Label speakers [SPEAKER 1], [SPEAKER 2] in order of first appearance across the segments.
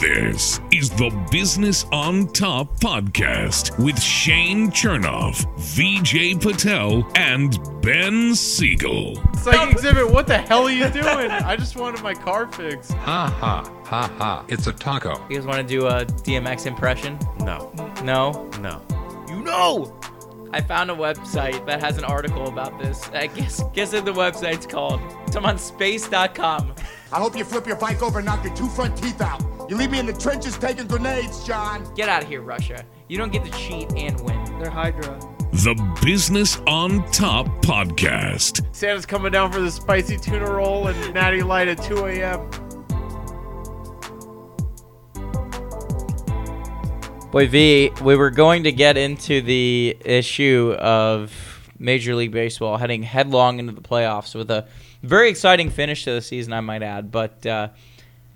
[SPEAKER 1] This is the Business on Top podcast with Shane Chernoff, VJ Patel, and Ben Siegel.
[SPEAKER 2] It's like exhibit. What the hell are you doing? I just wanted my car fixed.
[SPEAKER 3] Ha ha ha ha! It's a taco.
[SPEAKER 4] You guys want to do a DMX impression?
[SPEAKER 2] No,
[SPEAKER 4] No?
[SPEAKER 2] no.
[SPEAKER 4] You know! I found a website that has an article about this. I guess guess what the website's called. It's on space.com.
[SPEAKER 5] I hope you flip your bike over and knock your two front teeth out. You leave me in the trenches taking grenades, John.
[SPEAKER 4] Get out of here, Russia. You don't get to cheat and win.
[SPEAKER 6] They're Hydra.
[SPEAKER 1] The Business on Top podcast.
[SPEAKER 2] Santa's coming down for the spicy tuna roll and natty light at 2 a.m.
[SPEAKER 4] Boy, V, we were going to get into the issue of Major League Baseball heading headlong into the playoffs with a very exciting finish to the season, I might add. But uh,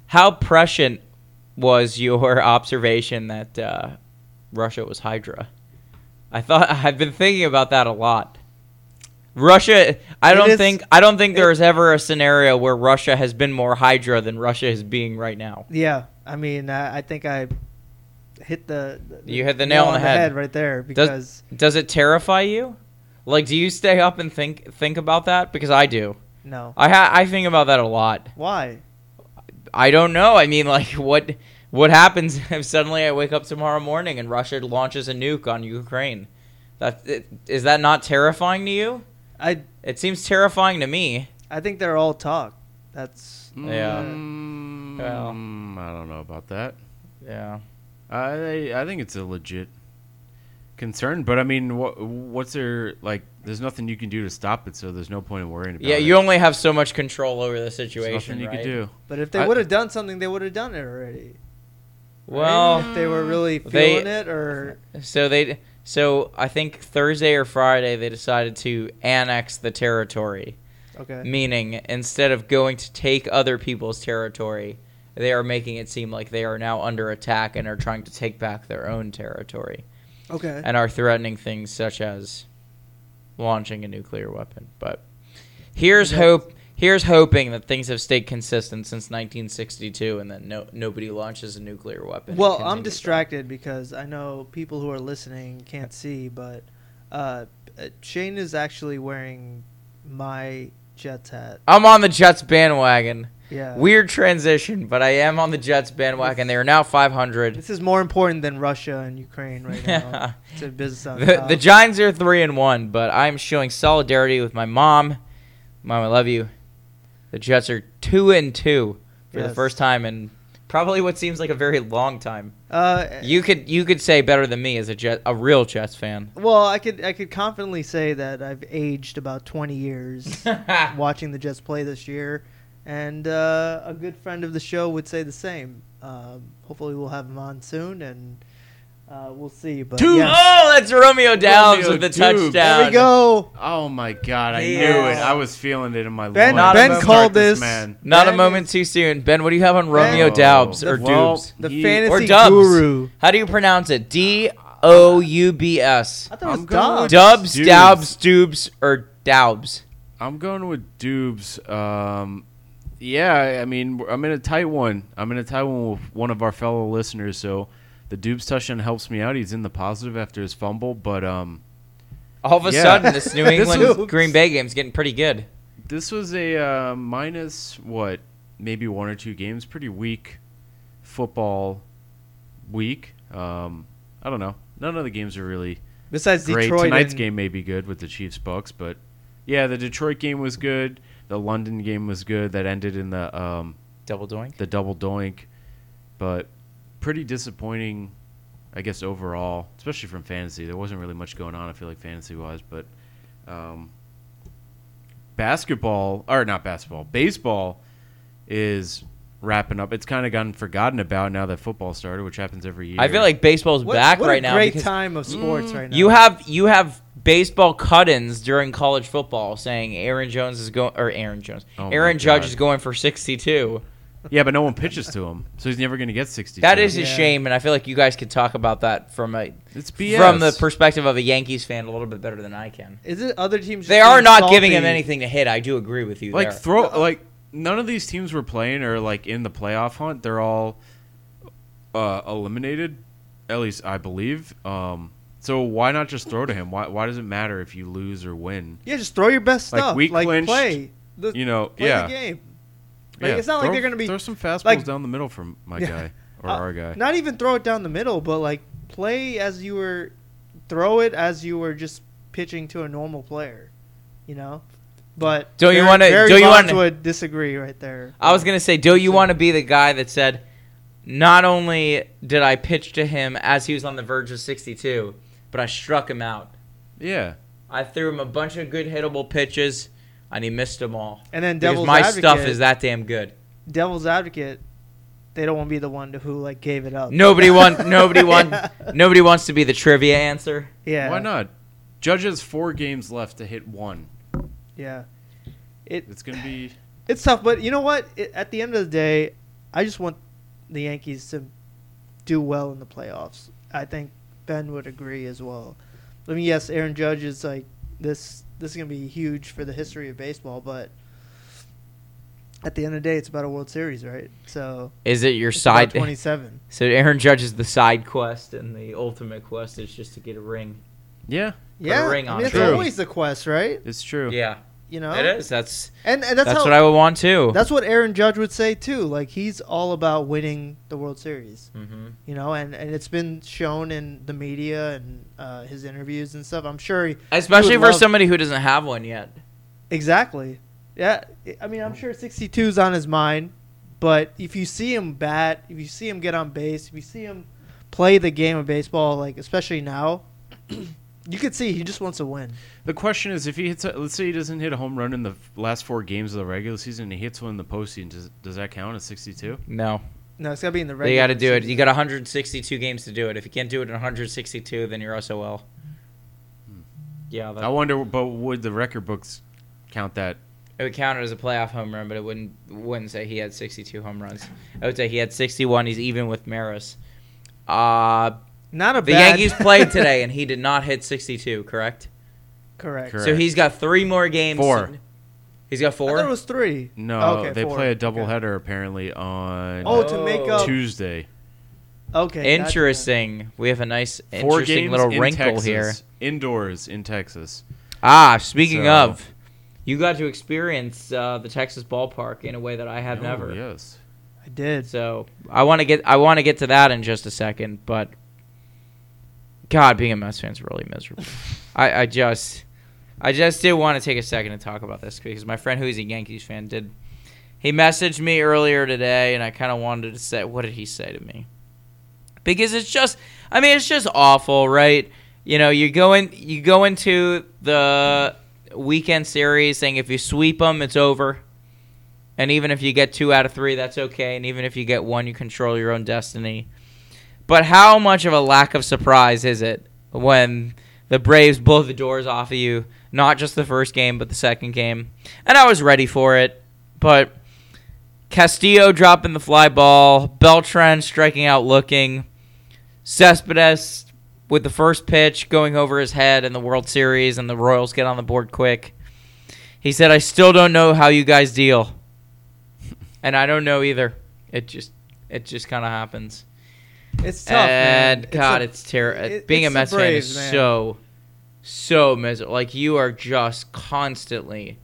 [SPEAKER 4] how prescient was your observation that uh, Russia was Hydra? I thought I've been thinking about that a lot. Russia, I
[SPEAKER 6] It
[SPEAKER 4] don't
[SPEAKER 6] is-
[SPEAKER 4] think I don't think there is ever a scenario where Russia has been more Hydra than Russia is being right now.
[SPEAKER 6] Yeah, I mean, I, I think I hit the, the
[SPEAKER 4] You hit the nail on the head.
[SPEAKER 6] right there because
[SPEAKER 4] Does does it terrify you? Like, do you stay up and think think about that? Because I do.
[SPEAKER 6] no,
[SPEAKER 4] I ha- I think about that a lot.
[SPEAKER 6] why?
[SPEAKER 4] I don't know. I mean, like, what what happens if suddenly I wake up tomorrow morning and Russia launches a nuke on Ukraine? That it- is that not terrifying to you?
[SPEAKER 6] I
[SPEAKER 4] It seems terrifying to me.
[SPEAKER 6] I think they're all talk. That's
[SPEAKER 4] Yeah.
[SPEAKER 2] Mm,
[SPEAKER 4] Well.
[SPEAKER 2] I don't know about that.
[SPEAKER 4] Yeah.
[SPEAKER 2] I I think it's a legit concern, but I mean, what what's there like? There's nothing you can do to stop it, so there's no point in worrying about
[SPEAKER 4] Yeah.
[SPEAKER 2] it.
[SPEAKER 4] You only have so much control over the
[SPEAKER 2] There's nothing
[SPEAKER 4] situation.
[SPEAKER 2] you
[SPEAKER 4] right?
[SPEAKER 2] can do.
[SPEAKER 6] but if they
[SPEAKER 2] I-
[SPEAKER 6] would have done something, they would have done it already. right? if
[SPEAKER 4] Well,
[SPEAKER 6] they were really
[SPEAKER 4] they-
[SPEAKER 6] feeling it, or
[SPEAKER 4] so they so I think Thursday or Friday they decided to annex the territory.
[SPEAKER 6] okay,
[SPEAKER 4] Meaning, instead of going to take other people's territory, they are making it seem like they are now under attack and are trying to take back their own territory
[SPEAKER 6] okay,
[SPEAKER 4] and are threatening things such as launching a nuclear weapon. But here's hope. Here's hoping that things have stayed consistent since 1962 and that no, nobody launches a nuclear weapon. and
[SPEAKER 6] Well, I'm
[SPEAKER 4] continues on.
[SPEAKER 6] distracted because I know people who are listening can't see, but uh, uh, Shane is actually wearing my Jets hat.
[SPEAKER 4] I'm on the Jets bandwagon.
[SPEAKER 6] Yeah,
[SPEAKER 4] Weird transition, but I am on the Jets bandwagon. They are now 500.
[SPEAKER 6] This is more important than Russia and Ukraine right now. to business on
[SPEAKER 4] the,
[SPEAKER 6] top.
[SPEAKER 4] the Giants are three and one, but I'm showing solidarity with my mom. Mom, I love you. The Jets are two and two for the
[SPEAKER 6] Yes.
[SPEAKER 4] first time in probably what seems like a very long time.
[SPEAKER 6] uh,
[SPEAKER 4] You could you could say better than me as a Jet a real Jets fan.
[SPEAKER 6] well, I could I could confidently say that I've aged about 20 years watching the Jets play this year, and uh, a good friend of the show would say the same. Um, hopefully, we'll have him on soon, and uh, we'll see. But yes.
[SPEAKER 4] Oh, that's Romeo Downs
[SPEAKER 2] Romeo
[SPEAKER 4] with the
[SPEAKER 2] Dubes.
[SPEAKER 4] touchdown.
[SPEAKER 6] there we go.
[SPEAKER 2] Oh my god, I
[SPEAKER 4] Yeah.
[SPEAKER 2] knew it. I was feeling it in my
[SPEAKER 6] Ben,
[SPEAKER 2] loins.
[SPEAKER 4] Ben
[SPEAKER 2] Start
[SPEAKER 6] called this.
[SPEAKER 2] man.
[SPEAKER 4] Not a
[SPEAKER 6] That
[SPEAKER 4] moment
[SPEAKER 6] is-
[SPEAKER 4] too soon. Ben, what do you have on Romeo
[SPEAKER 6] Ben-
[SPEAKER 4] Doubs or
[SPEAKER 2] Well,
[SPEAKER 4] Dubes?
[SPEAKER 6] The
[SPEAKER 2] he-
[SPEAKER 4] Or
[SPEAKER 6] fantasy
[SPEAKER 4] Dubs.
[SPEAKER 6] guru.
[SPEAKER 4] How do you pronounce it? D O U B S.
[SPEAKER 6] I thought
[SPEAKER 2] I'm
[SPEAKER 6] it
[SPEAKER 2] going
[SPEAKER 6] was
[SPEAKER 2] with
[SPEAKER 6] Dubs.
[SPEAKER 4] Dubs,
[SPEAKER 2] Dubes.
[SPEAKER 4] Doubs, Dubes, or Doubs.
[SPEAKER 2] I'm going with Dubes. Um, yeah, I mean, we're- I'm in a tight one. I'm in a tight one with one of our fellow listeners. So the Dubes touchdown helps me out. He's in the positive after his fumble, but um,
[SPEAKER 4] All of a
[SPEAKER 2] Yeah.
[SPEAKER 4] sudden, this New
[SPEAKER 6] This
[SPEAKER 4] England
[SPEAKER 6] is-
[SPEAKER 4] Green Bay game's getting pretty good.
[SPEAKER 2] this was a uh, minus what, maybe one or two games. Pretty weak football week. Um, I don't know. None of the games are really
[SPEAKER 6] Besides
[SPEAKER 2] great.
[SPEAKER 6] Detroit,
[SPEAKER 2] Tonight's
[SPEAKER 6] and-
[SPEAKER 2] game may be good with the Chiefs Bucks, but yeah, the Detroit game was good. The London game was good. That ended in the um,
[SPEAKER 4] Double doink.
[SPEAKER 2] the double doink, but pretty disappointing, I guess overall, especially from fantasy. There wasn't really much going on. I feel like fantasy wise, but um, basketball or not basketball, baseball is wrapping up. It's kind of gotten forgotten about now that football started, which happens every year.
[SPEAKER 4] I feel like baseball's
[SPEAKER 6] What,
[SPEAKER 4] back
[SPEAKER 6] what
[SPEAKER 4] right
[SPEAKER 6] a
[SPEAKER 4] now
[SPEAKER 6] Great
[SPEAKER 4] because Mm,
[SPEAKER 6] time of sports right now.
[SPEAKER 4] you have you have baseball cut-ins during college football saying Aaron Jones is going or Aaron Jones,
[SPEAKER 2] Oh my
[SPEAKER 4] Aaron Judge
[SPEAKER 2] God.
[SPEAKER 4] is going for sixty-two.
[SPEAKER 2] yeah, but no one pitches to him, so he's never going to get sixty.
[SPEAKER 4] That is a
[SPEAKER 6] Yeah.
[SPEAKER 4] shame, and I feel like you guys could talk about that from a
[SPEAKER 2] it's BS.
[SPEAKER 4] from the perspective of a Yankees fan a little bit better than I can.
[SPEAKER 6] Is it other teams?
[SPEAKER 4] They
[SPEAKER 6] just
[SPEAKER 4] are
[SPEAKER 6] being
[SPEAKER 4] not giving him
[SPEAKER 6] salty?
[SPEAKER 4] anything to hit. I do agree with you.
[SPEAKER 2] like
[SPEAKER 4] there.
[SPEAKER 6] um,
[SPEAKER 2] throw like none of these teams we're playing are like in the playoff hunt. They're all uh, eliminated, at least I believe. Um, so why not just throw to him? Why why does it matter if you lose or win?
[SPEAKER 6] Yeah, just throw your best
[SPEAKER 2] Like,
[SPEAKER 6] stuff.
[SPEAKER 2] we
[SPEAKER 6] like
[SPEAKER 2] clinched,
[SPEAKER 6] play. The,
[SPEAKER 2] You know,
[SPEAKER 6] play
[SPEAKER 2] yeah.
[SPEAKER 6] the game. Like,
[SPEAKER 2] Yeah,
[SPEAKER 6] it's not like
[SPEAKER 2] throw-
[SPEAKER 6] they're gonna be-
[SPEAKER 2] throw some fastballs
[SPEAKER 6] like-
[SPEAKER 2] down the middle from my
[SPEAKER 6] Yeah.
[SPEAKER 2] guy or
[SPEAKER 6] Uh,
[SPEAKER 2] our guy.
[SPEAKER 6] Not even throw it down the middle, but like play as you were, throw it as you were just pitching to a normal player, you know. But
[SPEAKER 4] Don't you
[SPEAKER 6] Barry-
[SPEAKER 4] wanna-
[SPEAKER 6] Barry
[SPEAKER 4] don't you
[SPEAKER 6] Bonds
[SPEAKER 4] wanna-
[SPEAKER 6] would disagree right there.
[SPEAKER 4] I was gonna say, do you want to be the guy that said, not only did I pitch to him as he was on the verge of 62, but I struck him out.
[SPEAKER 2] Yeah,
[SPEAKER 4] I threw him a bunch of good hittable pitches, and he missed them all.
[SPEAKER 6] And then
[SPEAKER 4] Because
[SPEAKER 6] devil's
[SPEAKER 4] my
[SPEAKER 6] advocate,
[SPEAKER 4] stuff is that damn good.
[SPEAKER 6] devil's advocate. They don't want to be the one to who like gave it up.
[SPEAKER 4] Nobody want, nobody want, nobody wants to be the trivia answer.
[SPEAKER 6] Yeah.
[SPEAKER 2] why not? Judge has four games left to hit one.
[SPEAKER 6] Yeah. It
[SPEAKER 2] It's gonna be
[SPEAKER 6] it's tough, but you know what? It, at the end of the day, I just want the Yankees to do well in the playoffs. I think Ben would agree as well. I mean, yes, Aaron Judge is like this. This is gonna be huge for the history of baseball, but at the end of the day, it's about a World Series, right? So
[SPEAKER 4] Is it your
[SPEAKER 6] it's
[SPEAKER 4] side?
[SPEAKER 6] about twenty-seven.
[SPEAKER 4] So Aaron Judge is the side quest, and the ultimate quest is just to get a ring.
[SPEAKER 2] yeah,
[SPEAKER 6] Yeah,
[SPEAKER 4] ring
[SPEAKER 6] I
[SPEAKER 4] on
[SPEAKER 6] mean,
[SPEAKER 4] it.
[SPEAKER 6] it's
[SPEAKER 2] True.
[SPEAKER 6] always the quest, right?
[SPEAKER 2] it's true.
[SPEAKER 4] Yeah,
[SPEAKER 6] You know,
[SPEAKER 4] it is. That's
[SPEAKER 6] and, and that's,
[SPEAKER 4] that's,
[SPEAKER 6] how
[SPEAKER 4] what I would want too.
[SPEAKER 6] That's what Aaron Judge would say too. Like he's all about winning the World Series,
[SPEAKER 4] mm-hmm.
[SPEAKER 6] you know, and, and it's been shown in the media and uh, his interviews and stuff. I'm sure he,
[SPEAKER 4] Especially
[SPEAKER 6] You
[SPEAKER 4] for
[SPEAKER 6] would love-
[SPEAKER 4] somebody who doesn't have one yet.
[SPEAKER 6] exactly. Yeah, I mean, I'm sure 62 is on his mind, but if you see him bat, if you see him get on base, if you see him play the game of baseball, like especially now, you could see he just wants to win.
[SPEAKER 2] The question is, if he hits, a, let's say he doesn't hit a home run in the f- last four games of the regular season, and he hits one in the postseason. Does, does that count as sixty-two?
[SPEAKER 6] Mm-hmm.
[SPEAKER 4] No,
[SPEAKER 6] No, it's got to be in the
[SPEAKER 4] they
[SPEAKER 6] regular.
[SPEAKER 4] got to do it.
[SPEAKER 6] season.
[SPEAKER 4] You got 162 games to do it. If you can't do it in 162, then you're SOL.
[SPEAKER 2] Hmm.
[SPEAKER 4] Yeah,
[SPEAKER 2] I
[SPEAKER 4] that,
[SPEAKER 2] wonder, but would the record books count that?
[SPEAKER 4] it would count it as a playoff home run, but it wouldn't wouldn't say he had 62 home runs. I would say he had 61. He's even with Maris. Uh,
[SPEAKER 6] Not a
[SPEAKER 4] the
[SPEAKER 6] bad.
[SPEAKER 4] Yankees played today, and he did not hit 62. Correct.
[SPEAKER 6] Correct.
[SPEAKER 2] Correct.
[SPEAKER 4] So he's got three more games.
[SPEAKER 2] Four.
[SPEAKER 4] He's got
[SPEAKER 6] I
[SPEAKER 4] four.
[SPEAKER 6] thought it was three.
[SPEAKER 2] No,
[SPEAKER 6] Oh, okay,
[SPEAKER 2] they
[SPEAKER 6] four.
[SPEAKER 2] play a
[SPEAKER 6] Okay.
[SPEAKER 2] doubleheader apparently on
[SPEAKER 6] Oh, to make up.
[SPEAKER 2] Tuesday.
[SPEAKER 6] Okay. gotcha.
[SPEAKER 4] interesting. We have a nice,
[SPEAKER 2] Four
[SPEAKER 4] interesting
[SPEAKER 2] games
[SPEAKER 4] little
[SPEAKER 2] in
[SPEAKER 4] wrinkle
[SPEAKER 2] Texas,
[SPEAKER 4] here.
[SPEAKER 2] indoors in Texas.
[SPEAKER 4] Ah, speaking
[SPEAKER 2] So-
[SPEAKER 4] of, you got to experience uh, the Texas ballpark in a way that I have
[SPEAKER 2] Oh,
[SPEAKER 4] never.
[SPEAKER 2] Yes,
[SPEAKER 6] I did.
[SPEAKER 4] So I want to get I want to get to that in just a second, but God, being a Mets fan is really miserable. I, I just I just did want to take a second to talk about this because my friend who is a Yankees fan did he messaged me earlier today and I kind of wanted to say what did he say to me? Because it's just I mean it's just awful, right? You know, you go in you go into the weekend series saying if you sweep them it's over. And even if you get two out of three, that's okay. And even if you get one, you control your own destiny. But how much of a lack of surprise is it when the Braves blow the doors off of you? Not just the first game, but the second game. And I was ready for it. But Castillo dropping the fly ball, Beltran striking out looking, Cespedes with the first pitch going over his head in the World Series, and the Royals get on the board quick. He said, I still don't know how you guys deal and I don't know either. It just it just kind of happens.
[SPEAKER 6] It's tough, man.
[SPEAKER 4] and God,
[SPEAKER 6] a-
[SPEAKER 4] it's, terrible.
[SPEAKER 6] it-
[SPEAKER 4] Being a
[SPEAKER 6] it's the
[SPEAKER 4] Mets
[SPEAKER 6] Braves,
[SPEAKER 4] fan is
[SPEAKER 6] man.
[SPEAKER 4] so so miserable. Like you are just constantly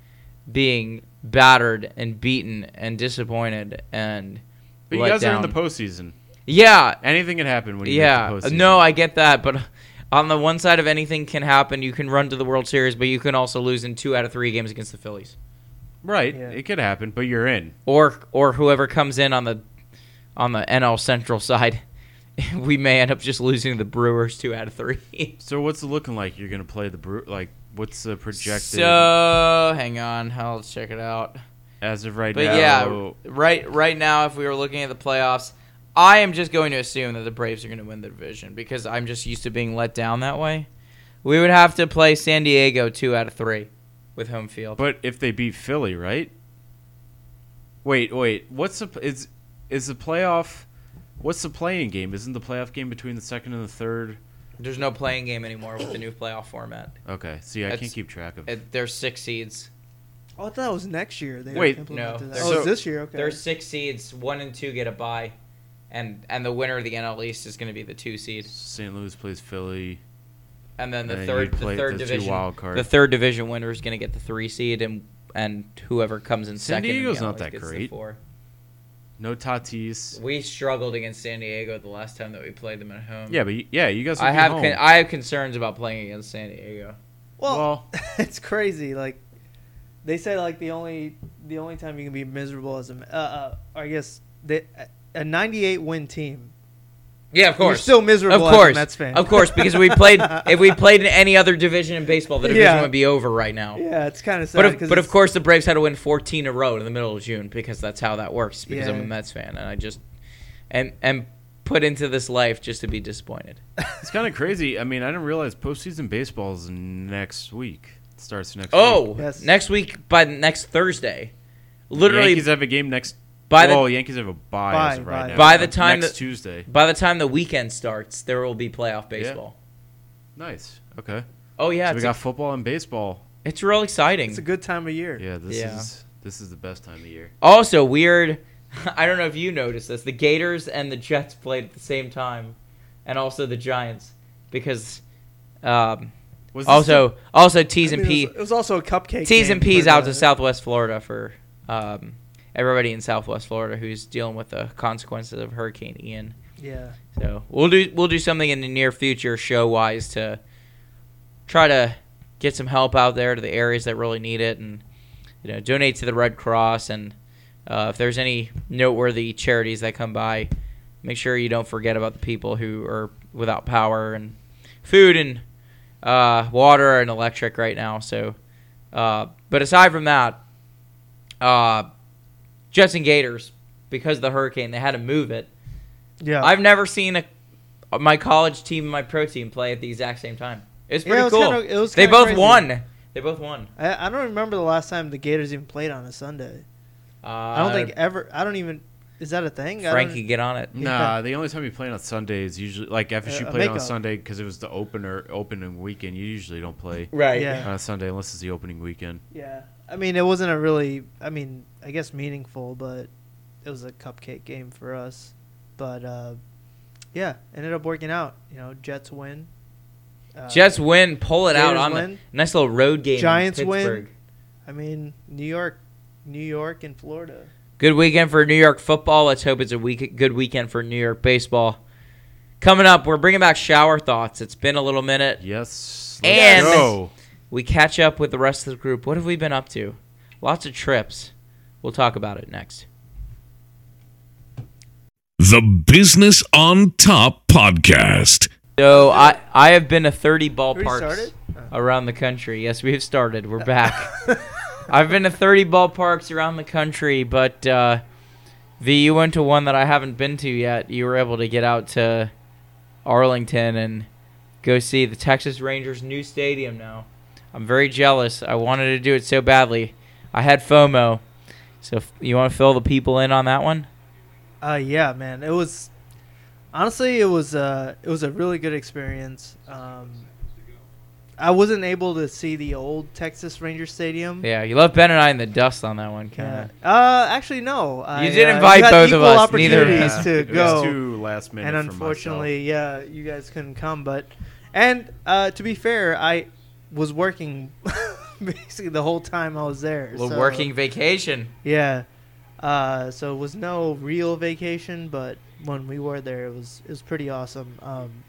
[SPEAKER 4] being battered and beaten and disappointed and
[SPEAKER 2] but you
[SPEAKER 4] let
[SPEAKER 2] guys
[SPEAKER 4] down.
[SPEAKER 2] are in the postseason.
[SPEAKER 4] yeah
[SPEAKER 2] Anything can happen when you
[SPEAKER 4] yeah
[SPEAKER 2] hit the postseason.
[SPEAKER 4] no I get that but. On the one side of anything can happen, you can run to the World Series, but you can also lose in two out of three games against the Phillies.
[SPEAKER 2] right,
[SPEAKER 6] Yeah.
[SPEAKER 2] it could happen, but you're in.
[SPEAKER 4] or or whoever comes in on the on the NL Central side, we may end up just losing the Brewers two out of three.
[SPEAKER 2] So what's it looking like? You're gonna play the brew? Like what's the projected
[SPEAKER 4] So hang on, I'll check it out.
[SPEAKER 2] as of right
[SPEAKER 4] But
[SPEAKER 2] now?
[SPEAKER 4] yeah, right right now, if we were looking at the playoffs, I am just going to assume that the Braves are going to win the division because I'm just used to being let down that way. We would have to play San Diego two out of three with home field.
[SPEAKER 2] But if they beat Philly, right? Wait, wait. What's the is is the playoff? What's the playing game? Isn't the playoff game between the second and the third?
[SPEAKER 4] There's no playing game anymore with the new playoff format.
[SPEAKER 2] Okay, see, I
[SPEAKER 4] That's-
[SPEAKER 2] can't keep track of.
[SPEAKER 4] It, there's six seeds.
[SPEAKER 6] Oh, I thought it was next year. They
[SPEAKER 2] Wait,
[SPEAKER 6] implemented
[SPEAKER 4] no.
[SPEAKER 6] that.
[SPEAKER 4] There's-
[SPEAKER 6] Oh, it's
[SPEAKER 2] so-
[SPEAKER 6] this year. Okay.
[SPEAKER 4] There's six seeds. One and two get a bye. and and the winner of the NL East is going to be the two seed,
[SPEAKER 2] St. Louis plays Philly.
[SPEAKER 4] and then the
[SPEAKER 2] And
[SPEAKER 4] third
[SPEAKER 2] you play
[SPEAKER 4] the third
[SPEAKER 2] the two
[SPEAKER 4] division
[SPEAKER 2] wild card.
[SPEAKER 4] the third division winner is going to get the three seed, and and whoever comes in
[SPEAKER 2] San
[SPEAKER 4] second. in the
[SPEAKER 2] Diego's
[SPEAKER 4] NL
[SPEAKER 2] not
[SPEAKER 4] East
[SPEAKER 2] that
[SPEAKER 4] gets the
[SPEAKER 2] great.
[SPEAKER 4] four.
[SPEAKER 2] No Tatis.
[SPEAKER 4] We struggled against San Diego the last time that we played them at home.
[SPEAKER 2] Yeah, but you, yeah, you guys. Will
[SPEAKER 4] I
[SPEAKER 2] be
[SPEAKER 4] have
[SPEAKER 2] Home.
[SPEAKER 4] con- I have concerns about playing against San Diego.
[SPEAKER 6] Well,
[SPEAKER 2] Well-
[SPEAKER 6] it's crazy. Like they say, like the only the only time you can be miserable as a uh, uh, I guess they, a 98 win team.
[SPEAKER 4] Yeah, of
[SPEAKER 6] You're
[SPEAKER 4] course.
[SPEAKER 6] still miserable
[SPEAKER 4] of
[SPEAKER 6] as a
[SPEAKER 4] course.
[SPEAKER 6] Mets fan.
[SPEAKER 4] Of course, because we played if we played in any other division in baseball, the division
[SPEAKER 6] Yeah.
[SPEAKER 4] would be over right now.
[SPEAKER 6] Yeah, it's kind of sad.
[SPEAKER 4] But of,
[SPEAKER 6] 'cause
[SPEAKER 4] but of
[SPEAKER 6] it's-
[SPEAKER 4] course, the Braves had to win 14 in a row in the middle of June because that's how that works. Because I'm a
[SPEAKER 6] Yeah.
[SPEAKER 4] Mets fan, and I just am am put into this life just to be disappointed.
[SPEAKER 2] It's kind of crazy. I mean, I didn't realize postseason baseball is next week. It starts next.
[SPEAKER 4] Oh,
[SPEAKER 2] week.
[SPEAKER 6] Yes.
[SPEAKER 4] next week by next Thursday,
[SPEAKER 2] The
[SPEAKER 4] literally
[SPEAKER 2] Yankees have a game next.
[SPEAKER 4] By
[SPEAKER 2] By
[SPEAKER 4] the-
[SPEAKER 2] the, well, Yankees have a bye, as
[SPEAKER 6] Bye,
[SPEAKER 2] of right
[SPEAKER 6] bye.
[SPEAKER 2] now.
[SPEAKER 4] By the time
[SPEAKER 2] next
[SPEAKER 4] that-
[SPEAKER 2] Tuesday.
[SPEAKER 4] by the time the weekend starts, there will be playoff baseball.
[SPEAKER 2] Nice. Okay.
[SPEAKER 4] Oh yeah,
[SPEAKER 2] so we
[SPEAKER 4] it's,
[SPEAKER 2] got football and baseball.
[SPEAKER 4] it's real exciting.
[SPEAKER 6] it's a good time of year.
[SPEAKER 2] Yeah. This
[SPEAKER 4] Yeah.
[SPEAKER 2] is this is the best time of year.
[SPEAKER 4] Also weird. I don't know if you noticed this. The Gators and the Jets played at the same time, and also the Giants because um,
[SPEAKER 2] Was this
[SPEAKER 4] also also
[SPEAKER 6] I
[SPEAKER 4] T's
[SPEAKER 6] mean,
[SPEAKER 4] and
[SPEAKER 6] it,
[SPEAKER 4] P
[SPEAKER 6] was, it was also a cupcake.
[SPEAKER 4] T's and
[SPEAKER 6] game uh,
[SPEAKER 4] P's
[SPEAKER 6] for
[SPEAKER 4] out
[SPEAKER 6] the-
[SPEAKER 4] to Southwest Florida for um, everybody in Southwest Florida who's dealing with the consequences of Hurricane Ian.
[SPEAKER 6] Yeah,
[SPEAKER 4] So we'll do we'll do something in the near future show wise to try to get some help out there to the areas that really need it, and you know donate to the Red Cross, and uh, if there's any noteworthy charities that come by, make sure you don't forget about the people who are without power and food and uh, water and electric right now. So, uh, but aside from that, uh, Jets and Gators because of the hurricane they had to move it.
[SPEAKER 6] yeah.
[SPEAKER 4] I've never seen a my college team and my pro team play at the exact same time. It was
[SPEAKER 6] Yeah,
[SPEAKER 4] pretty
[SPEAKER 6] it was
[SPEAKER 4] cool.
[SPEAKER 6] kinda- it was
[SPEAKER 4] they
[SPEAKER 6] kinda
[SPEAKER 4] both
[SPEAKER 6] crazy.
[SPEAKER 4] won. They both won.
[SPEAKER 6] I, I don't remember the last time the Gators even played on a Sunday.
[SPEAKER 4] Uh,
[SPEAKER 6] I don't think ever. I don't even. Is that a thing? I
[SPEAKER 4] Frankie get on it.
[SPEAKER 2] Nah, the only time you play on Sunday is usually like after
[SPEAKER 6] Uh,
[SPEAKER 2] she
[SPEAKER 6] a
[SPEAKER 2] played on
[SPEAKER 6] makeup.
[SPEAKER 2] Sunday because it was the opener opening weekend. You usually don't play
[SPEAKER 4] Right.
[SPEAKER 6] Yeah.
[SPEAKER 2] on a Sunday unless it's the opening weekend.
[SPEAKER 6] don't- yeah. I mean, it wasn't a really. I mean, I guess meaningful, but it was a cupcake game for us. But uh, yeah, ended up working out. You know, Jets win. Uh,
[SPEAKER 4] Jets win, pull it out
[SPEAKER 6] Gators
[SPEAKER 4] on the
[SPEAKER 6] win.
[SPEAKER 4] nice little road game. in
[SPEAKER 6] Giants win.
[SPEAKER 4] Pittsburgh.
[SPEAKER 6] I mean, New York, New York, and Florida.
[SPEAKER 4] Good weekend for New York football. Let's hope it's a week good weekend for New York baseball. Coming up, we're bringing back shower thoughts. It's been a little minute.
[SPEAKER 2] Yes.
[SPEAKER 4] And-
[SPEAKER 2] go.
[SPEAKER 4] We catch up with the rest of the group. What have we been up to? Lots of trips. We'll talk about it next.
[SPEAKER 1] The Business on Top Podcast.
[SPEAKER 4] So I I have been to 30 ballparks
[SPEAKER 6] started?
[SPEAKER 4] around the country. Yes, we have started. We're back. I've been to 30 ballparks around the country, but uh, V, you went to one that I haven't been to yet. You were able to get out to Arlington and go see the Texas Rangers' new stadium now. I'm very jealous. I wanted to do it so badly. I had FOMO. So if you want to fill the people in on that one?
[SPEAKER 6] Uh, yeah, man. It was honestly, it was uh, it was a really good experience. Um, I wasn't able to see the old Texas Ranger Stadium.
[SPEAKER 4] Yeah, you left Ben and I in the dust on that one, kind of.
[SPEAKER 6] Yeah. Uh, actually, no. I,
[SPEAKER 4] did
[SPEAKER 6] uh,
[SPEAKER 4] invite
[SPEAKER 6] had
[SPEAKER 4] both of
[SPEAKER 6] equal
[SPEAKER 4] us, neither of
[SPEAKER 6] opportunities
[SPEAKER 4] us.
[SPEAKER 6] to
[SPEAKER 2] It was
[SPEAKER 6] go,
[SPEAKER 2] too last minute.
[SPEAKER 6] and
[SPEAKER 2] for myself.
[SPEAKER 6] unfortunately, yeah, you guys couldn't come. But and uh, to be fair, I was working basically the whole time I was there.
[SPEAKER 4] Little
[SPEAKER 6] so-
[SPEAKER 4] working vacation.
[SPEAKER 6] Yeah. Uh, so it was no real vacation, but when we were there, it was it was pretty awesome. Um,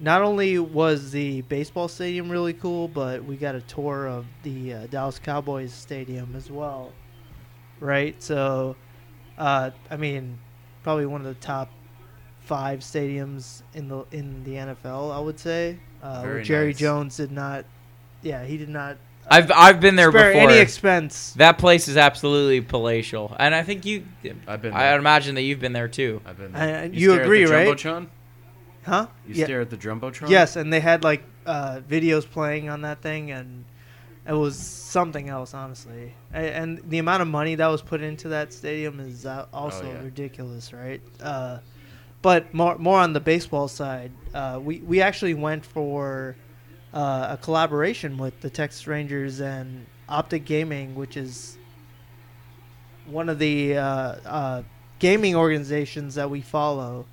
[SPEAKER 6] not only was the baseball stadium really cool, but we got a tour of the uh, Dallas Cowboys stadium as well. Right. So, uh, I mean, probably one of the top five stadiums in the in the NFL, I would say. Uh,
[SPEAKER 2] Very
[SPEAKER 6] Jerry
[SPEAKER 2] nice.
[SPEAKER 6] Jones did not. Yeah, he did not
[SPEAKER 4] I've I've been there
[SPEAKER 6] spare
[SPEAKER 4] before.
[SPEAKER 6] any expense.
[SPEAKER 4] that place is absolutely palatial, and I think you.
[SPEAKER 2] I've been.
[SPEAKER 4] I
[SPEAKER 2] there.
[SPEAKER 4] imagine that you've been there too.
[SPEAKER 2] I've been.
[SPEAKER 6] I-
[SPEAKER 2] There.
[SPEAKER 6] I- you
[SPEAKER 2] stare at
[SPEAKER 6] agree,
[SPEAKER 2] the
[SPEAKER 6] right?
[SPEAKER 2] Jumbotron?
[SPEAKER 6] Huh?
[SPEAKER 2] You
[SPEAKER 6] Yeah.
[SPEAKER 2] stare at the jumbotron.
[SPEAKER 6] Yes, and they had like uh, videos playing on that thing, and it was something else, honestly. A- And the amount of money that was put into that stadium is uh, also
[SPEAKER 2] yeah.
[SPEAKER 6] ridiculous, right? Uh, but more more on the baseball side, uh, we we actually went for uh, a collaboration with the Texas Rangers and Optic Gaming, which is one of the uh, uh, gaming organizations that we follow.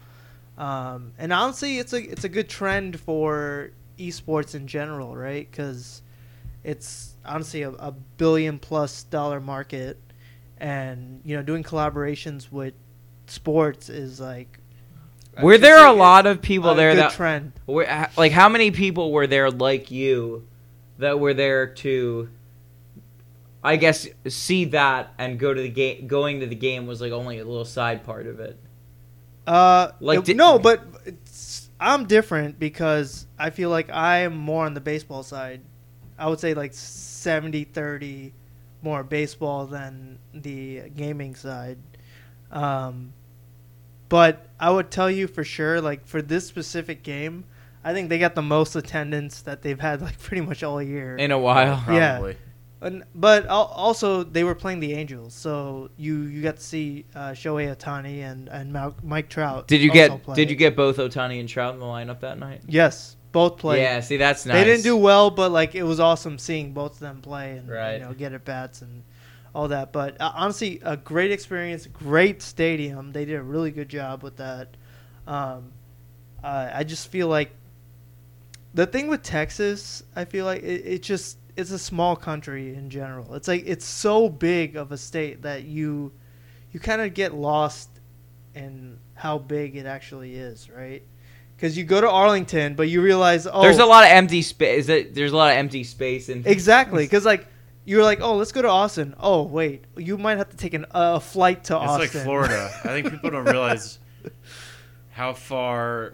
[SPEAKER 6] Um, and honestly, it's a it's a good trend for esports in general, right? Because it's honestly a, a billion plus dollar market, and you know, doing collaborations with sports is like
[SPEAKER 4] Were there a
[SPEAKER 6] it's-
[SPEAKER 4] lot of people
[SPEAKER 6] a
[SPEAKER 4] there
[SPEAKER 6] good
[SPEAKER 4] that
[SPEAKER 6] trend.
[SPEAKER 4] were, h- like how many people were there like you that were there to I guess see that and go to the game going to the game was like only a little side part of it.
[SPEAKER 6] Uh,
[SPEAKER 4] Like,
[SPEAKER 6] it-
[SPEAKER 4] di-
[SPEAKER 6] no, but it's, I'm different because I feel like I am more on the baseball side. I would say like 70 30 more baseball than the gaming side. Um, but I would tell you for sure, like for this specific game, I think they got the most attendance that they've had like pretty much all year.
[SPEAKER 4] In a while.
[SPEAKER 6] Yeah.
[SPEAKER 2] Probably.
[SPEAKER 6] And, but al- also they were playing the Angels, so you, you got to see uh, Shohei Otani and and Mal- Mike Trout.
[SPEAKER 4] Did you
[SPEAKER 6] also
[SPEAKER 4] get
[SPEAKER 6] play.
[SPEAKER 4] did you get both Otani and Trout in the lineup that night?
[SPEAKER 6] Yes, both played.
[SPEAKER 4] Yeah, see that's nice.
[SPEAKER 6] They didn't do well, but like it was awesome seeing both of them play and
[SPEAKER 4] Right.
[SPEAKER 6] you know get at bats and all that. But uh, honestly, a great experience, great stadium. They did a really good job with that. Um, uh, I just feel like the thing with Texas, I feel like it, it just it's a small country in general. It's like it's so big of a state that you you kind of get lost in how big it actually is, right? Because you go to Arlington, but you realize oh,
[SPEAKER 4] There's a lot of empty space. There's a lot of empty space in
[SPEAKER 6] Exactly, because like you're like, oh, let's go to Austin. Oh, wait, you might have to take an, a flight to Austin.
[SPEAKER 2] It's like Florida. I think people don't realize how far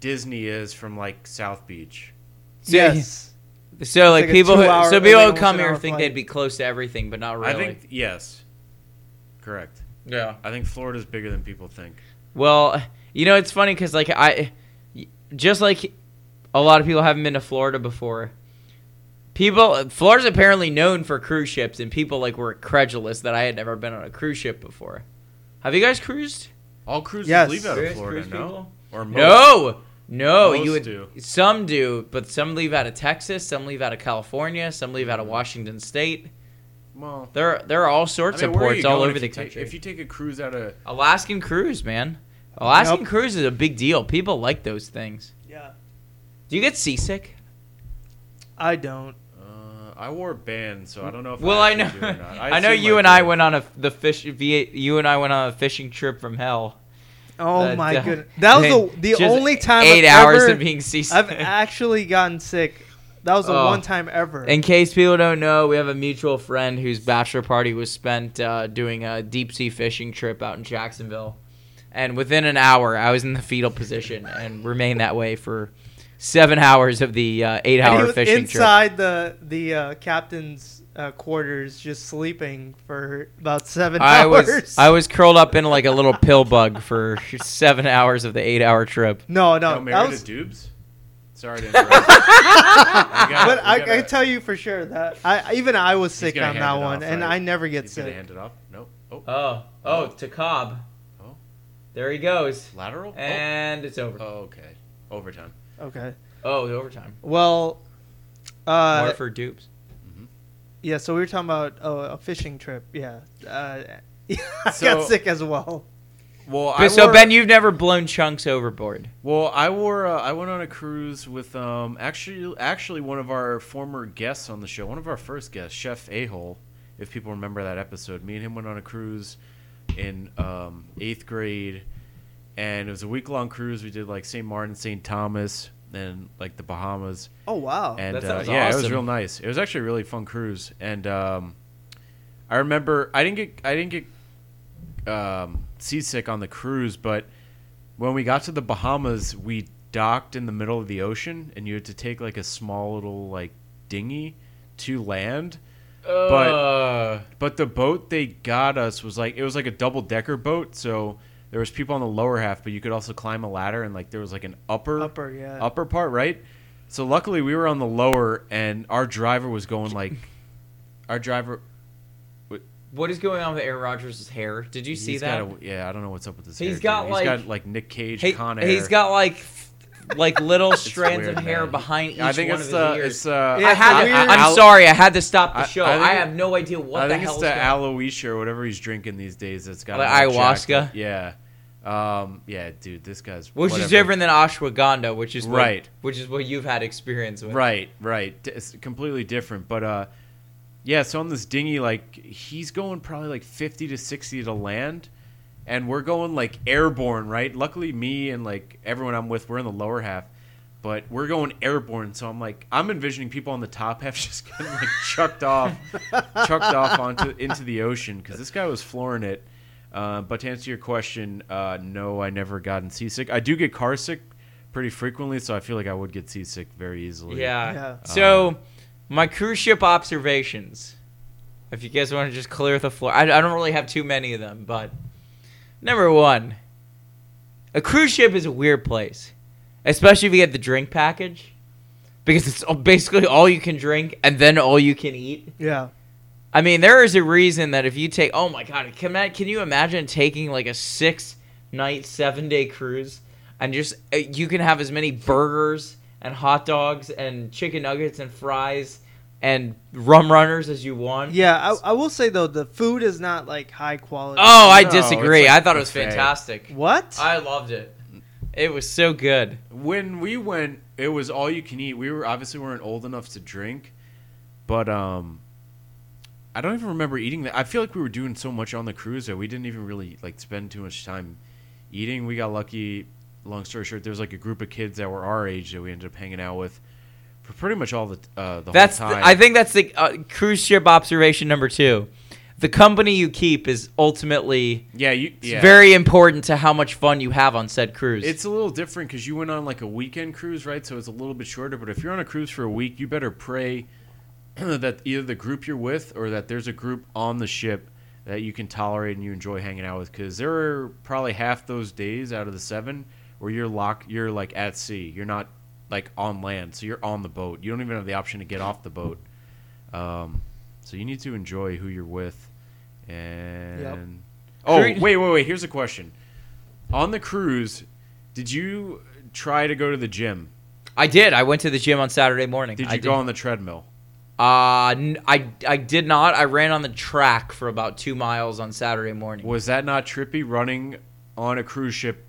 [SPEAKER 2] Disney is from like South Beach.
[SPEAKER 4] So,
[SPEAKER 6] yes,
[SPEAKER 4] So like,
[SPEAKER 6] like a
[SPEAKER 4] people, who,
[SPEAKER 6] two-hour-
[SPEAKER 4] so
[SPEAKER 6] like
[SPEAKER 4] people who
[SPEAKER 6] almost
[SPEAKER 4] come
[SPEAKER 6] an
[SPEAKER 4] here
[SPEAKER 6] hour
[SPEAKER 4] think
[SPEAKER 6] flight.
[SPEAKER 4] they'd be close to everything, but not really.
[SPEAKER 2] I think yes, correct.
[SPEAKER 4] yeah.
[SPEAKER 2] I think Florida's bigger than people think.
[SPEAKER 4] Well, you know, it's funny because like I, just like a lot of people haven't been to Florida before. People, Florida's apparently known for cruise ships, and people like were credulous that I had never been on a cruise ship before. Have you guys cruised?
[SPEAKER 2] All cruises
[SPEAKER 6] Yes.
[SPEAKER 2] leave out
[SPEAKER 4] Cruise-
[SPEAKER 2] of Florida,
[SPEAKER 4] cruise
[SPEAKER 2] no?
[SPEAKER 4] people?
[SPEAKER 2] Or most.
[SPEAKER 4] No, no.
[SPEAKER 2] Most
[SPEAKER 4] you would
[SPEAKER 2] do.
[SPEAKER 4] some do, but some leave out of Texas, some leave out of California, some leave out of Washington State.
[SPEAKER 2] Well,
[SPEAKER 4] There, there are all
[SPEAKER 2] I
[SPEAKER 4] sorts
[SPEAKER 2] mean,
[SPEAKER 4] of
[SPEAKER 2] where are
[SPEAKER 4] ports
[SPEAKER 2] you
[SPEAKER 4] all
[SPEAKER 2] going
[SPEAKER 4] over
[SPEAKER 2] if
[SPEAKER 4] the
[SPEAKER 2] you take-
[SPEAKER 4] country.
[SPEAKER 2] if you take a cruise out of
[SPEAKER 4] Alaskan cruise, man. Alaskan
[SPEAKER 6] Yep.
[SPEAKER 4] cruise is a big deal. People like those things.
[SPEAKER 6] yeah.
[SPEAKER 4] Do you get seasick?
[SPEAKER 6] I don't.
[SPEAKER 2] Uh, I wore a band, so I don't know if.
[SPEAKER 4] Well, I know.
[SPEAKER 2] actually do or not.
[SPEAKER 4] I, know
[SPEAKER 2] assume
[SPEAKER 4] you and I
[SPEAKER 2] do.
[SPEAKER 4] went on a the fish. via- You and I went on a fishing trip from hell.
[SPEAKER 6] Oh
[SPEAKER 4] Uh,
[SPEAKER 6] my
[SPEAKER 4] the-
[SPEAKER 6] goodness, that was the
[SPEAKER 4] just
[SPEAKER 6] the only time
[SPEAKER 4] 8
[SPEAKER 6] I've
[SPEAKER 4] hours
[SPEAKER 6] ever,
[SPEAKER 4] of being seasick.
[SPEAKER 6] I've actually gotten sick. That was the
[SPEAKER 4] Oh.
[SPEAKER 6] one time ever.
[SPEAKER 4] In case people don't know, we have a mutual friend whose bachelor party was spent uh, doing a deep sea fishing trip out in Jacksonville. And within an hour, I was in the fetal position and remained that way for seven hours of the uh, eight
[SPEAKER 6] and he
[SPEAKER 4] hour
[SPEAKER 6] was
[SPEAKER 4] fishing trip.
[SPEAKER 6] inside the the uh, captain's uh, quarters, just sleeping for about seven
[SPEAKER 4] I
[SPEAKER 6] hours.
[SPEAKER 4] was I was curled up in like a little pill bug for seven hours of the eight hour trip.
[SPEAKER 6] no, no,
[SPEAKER 2] Hail Mary
[SPEAKER 6] that was
[SPEAKER 2] to Dubes. Sorry to interrupt. but
[SPEAKER 6] But I, I can tell you for sure that I even I was sick
[SPEAKER 2] gonna
[SPEAKER 6] on
[SPEAKER 2] hand
[SPEAKER 6] that
[SPEAKER 2] it
[SPEAKER 6] one,
[SPEAKER 2] off,
[SPEAKER 6] and
[SPEAKER 2] right?
[SPEAKER 6] I never get
[SPEAKER 2] He's gonna
[SPEAKER 6] sick.
[SPEAKER 2] hand it off. No. Oh,
[SPEAKER 4] Oh, oh, to Cobb.
[SPEAKER 2] Oh.
[SPEAKER 4] There he goes.
[SPEAKER 2] lateral. Oh.
[SPEAKER 4] And it's over.
[SPEAKER 2] oh, okay. Overtime.
[SPEAKER 6] Okay.
[SPEAKER 4] Oh, overtime.
[SPEAKER 6] Well, uh,
[SPEAKER 4] More for dupes.
[SPEAKER 6] yeah. So we were talking about oh, a fishing trip. Yeah. Uh, I
[SPEAKER 2] So-
[SPEAKER 6] got sick as well.
[SPEAKER 2] Well, I
[SPEAKER 4] so
[SPEAKER 2] wore,
[SPEAKER 4] Ben, you've never blown chunks overboard.
[SPEAKER 2] Well, I wore. Uh, I went on a cruise with um actually actually one of our former guests on the show, one of our first guests, Chef Ahole. If people remember that episode, me and him went on a cruise in um, eighth grade, and it was a week long cruise. We did like St. Martin, St. Thomas, and like the Bahamas.
[SPEAKER 6] Oh wow.
[SPEAKER 2] And
[SPEAKER 4] That
[SPEAKER 2] uh,
[SPEAKER 4] sounds
[SPEAKER 2] yeah, it was
[SPEAKER 4] awesome.
[SPEAKER 2] real nice. It was actually a really fun cruise, and um, I remember I didn't get I didn't get um, seasick on the cruise, but when we got to the Bahamas, we docked in the middle of the ocean, and you had to take like a small little like dinghy to land. But but the boat they got us was like it was like a double decker boat, so there was people on the lower half, but you could also climb a ladder, and like there was like an upper
[SPEAKER 6] Upper, yeah.
[SPEAKER 2] upper part, right? So luckily we were on the lower, and our driver was going like, our driver.
[SPEAKER 4] What is going on with Aaron Rodgers' hair? Did you see
[SPEAKER 2] he's
[SPEAKER 4] that?
[SPEAKER 2] got a- yeah, I don't know what's up with this.
[SPEAKER 4] He's
[SPEAKER 2] hair, dude.
[SPEAKER 4] got,
[SPEAKER 2] he's
[SPEAKER 4] like-
[SPEAKER 2] got like Nick Cage,
[SPEAKER 4] He,
[SPEAKER 2] Con Air.
[SPEAKER 4] has got like like little strands
[SPEAKER 2] weird,
[SPEAKER 4] of hair
[SPEAKER 2] man.
[SPEAKER 4] behind each
[SPEAKER 2] I think
[SPEAKER 4] one
[SPEAKER 2] it's
[SPEAKER 4] of his
[SPEAKER 2] the
[SPEAKER 4] ears.
[SPEAKER 2] it's uh
[SPEAKER 6] Yeah,
[SPEAKER 4] I had.
[SPEAKER 6] it's
[SPEAKER 4] I,
[SPEAKER 6] weird.
[SPEAKER 4] I'm
[SPEAKER 2] Al-
[SPEAKER 4] sorry, I had to stop the
[SPEAKER 2] I-
[SPEAKER 4] show.
[SPEAKER 2] I
[SPEAKER 4] I,
[SPEAKER 2] think it-
[SPEAKER 4] have no idea what
[SPEAKER 2] I
[SPEAKER 4] the
[SPEAKER 2] think
[SPEAKER 4] hell
[SPEAKER 2] it's
[SPEAKER 4] is
[SPEAKER 2] the
[SPEAKER 4] going
[SPEAKER 2] aloesia or whatever he's drinking these days. That's got
[SPEAKER 4] Like
[SPEAKER 2] him all jacked
[SPEAKER 4] ayahuasca?
[SPEAKER 2] up. Yeah, um, yeah, dude, this guy's
[SPEAKER 4] Which
[SPEAKER 2] whatever.
[SPEAKER 4] is different than ashwagandha, which is what,
[SPEAKER 2] Right.
[SPEAKER 4] Which is what you've had experience with.
[SPEAKER 2] Right, right. D- It's completely different. But uh, yeah, so on this dinghy, like he's going probably like fifty to sixty to land, and we're going like airborne, right? Luckily, me and like everyone I'm with, we're in the lower half, but we're going airborne. So I'm like, I'm envisioning people on the top half just getting like chucked off, chucked off onto into the ocean because this guy was flooring it. Uh, but to answer your question, uh, no, I never gotten seasick. I do get car sick pretty frequently, so I feel like I would get seasick very easily.
[SPEAKER 4] Yeah.
[SPEAKER 6] Yeah.
[SPEAKER 4] So, my cruise ship observations. If you guys want to just clear the floor, I, I don't really have too many of them, but number one, a cruise ship is a weird place, especially if you get the drink package, because it's all- basically all you can drink and then all you can eat.
[SPEAKER 6] Yeah.
[SPEAKER 4] I mean, there is a reason that if you take, oh my god, can I, can you imagine taking like a six night, seven day cruise and just uh, you can have as many burgers and hot dogs and chicken nuggets and fries and rum runners as you want.
[SPEAKER 6] Yeah, I, I will say though the food is not like high quality.
[SPEAKER 4] Oh, I
[SPEAKER 2] No, it's
[SPEAKER 4] disagree.
[SPEAKER 2] like
[SPEAKER 4] I thought it was
[SPEAKER 2] buffet.
[SPEAKER 4] fantastic.
[SPEAKER 6] what?
[SPEAKER 4] I loved it. It was so good.
[SPEAKER 2] When we went, it was all you can eat. We were obviously weren't old enough to drink, but um, I don't even remember eating that. I feel like we were doing so much on the cruise that we didn't even really like spend too much time eating. We got lucky. Long story short, there was like a group of kids that were our age that we ended up hanging out with for pretty much all the uh, the
[SPEAKER 4] That's
[SPEAKER 2] whole
[SPEAKER 4] the-
[SPEAKER 2] time.
[SPEAKER 4] I think that's the uh, cruise ship observation number two. The company you keep is ultimately
[SPEAKER 2] yeah, you
[SPEAKER 4] It's
[SPEAKER 2] yeah.
[SPEAKER 4] very important to how much fun you have on said cruise.
[SPEAKER 2] It's a little different because you went on like a weekend cruise, right? So it's a little bit shorter. But if you're on a cruise for a week, you better pray that either the group you're with or that there's a group on the ship that you can tolerate and you enjoy hanging out with. Because there are probably half those days out of the seven where you're lock, you're like at sea. You're not like on land, so you're on the boat. You don't even have the option to get off the boat. Um, so you need to enjoy who you're with. And oh,
[SPEAKER 4] Cruise-
[SPEAKER 2] wait, wait, wait. Here's a question. On the cruise, did you try to go to the gym?
[SPEAKER 4] I did. I went to the gym on Saturday morning.
[SPEAKER 2] Did you
[SPEAKER 4] I
[SPEAKER 2] go on the treadmill?
[SPEAKER 4] Uh, n- I I did not. I ran on the track for about two miles on Saturday morning.
[SPEAKER 2] Was that not trippy running on a cruise ship?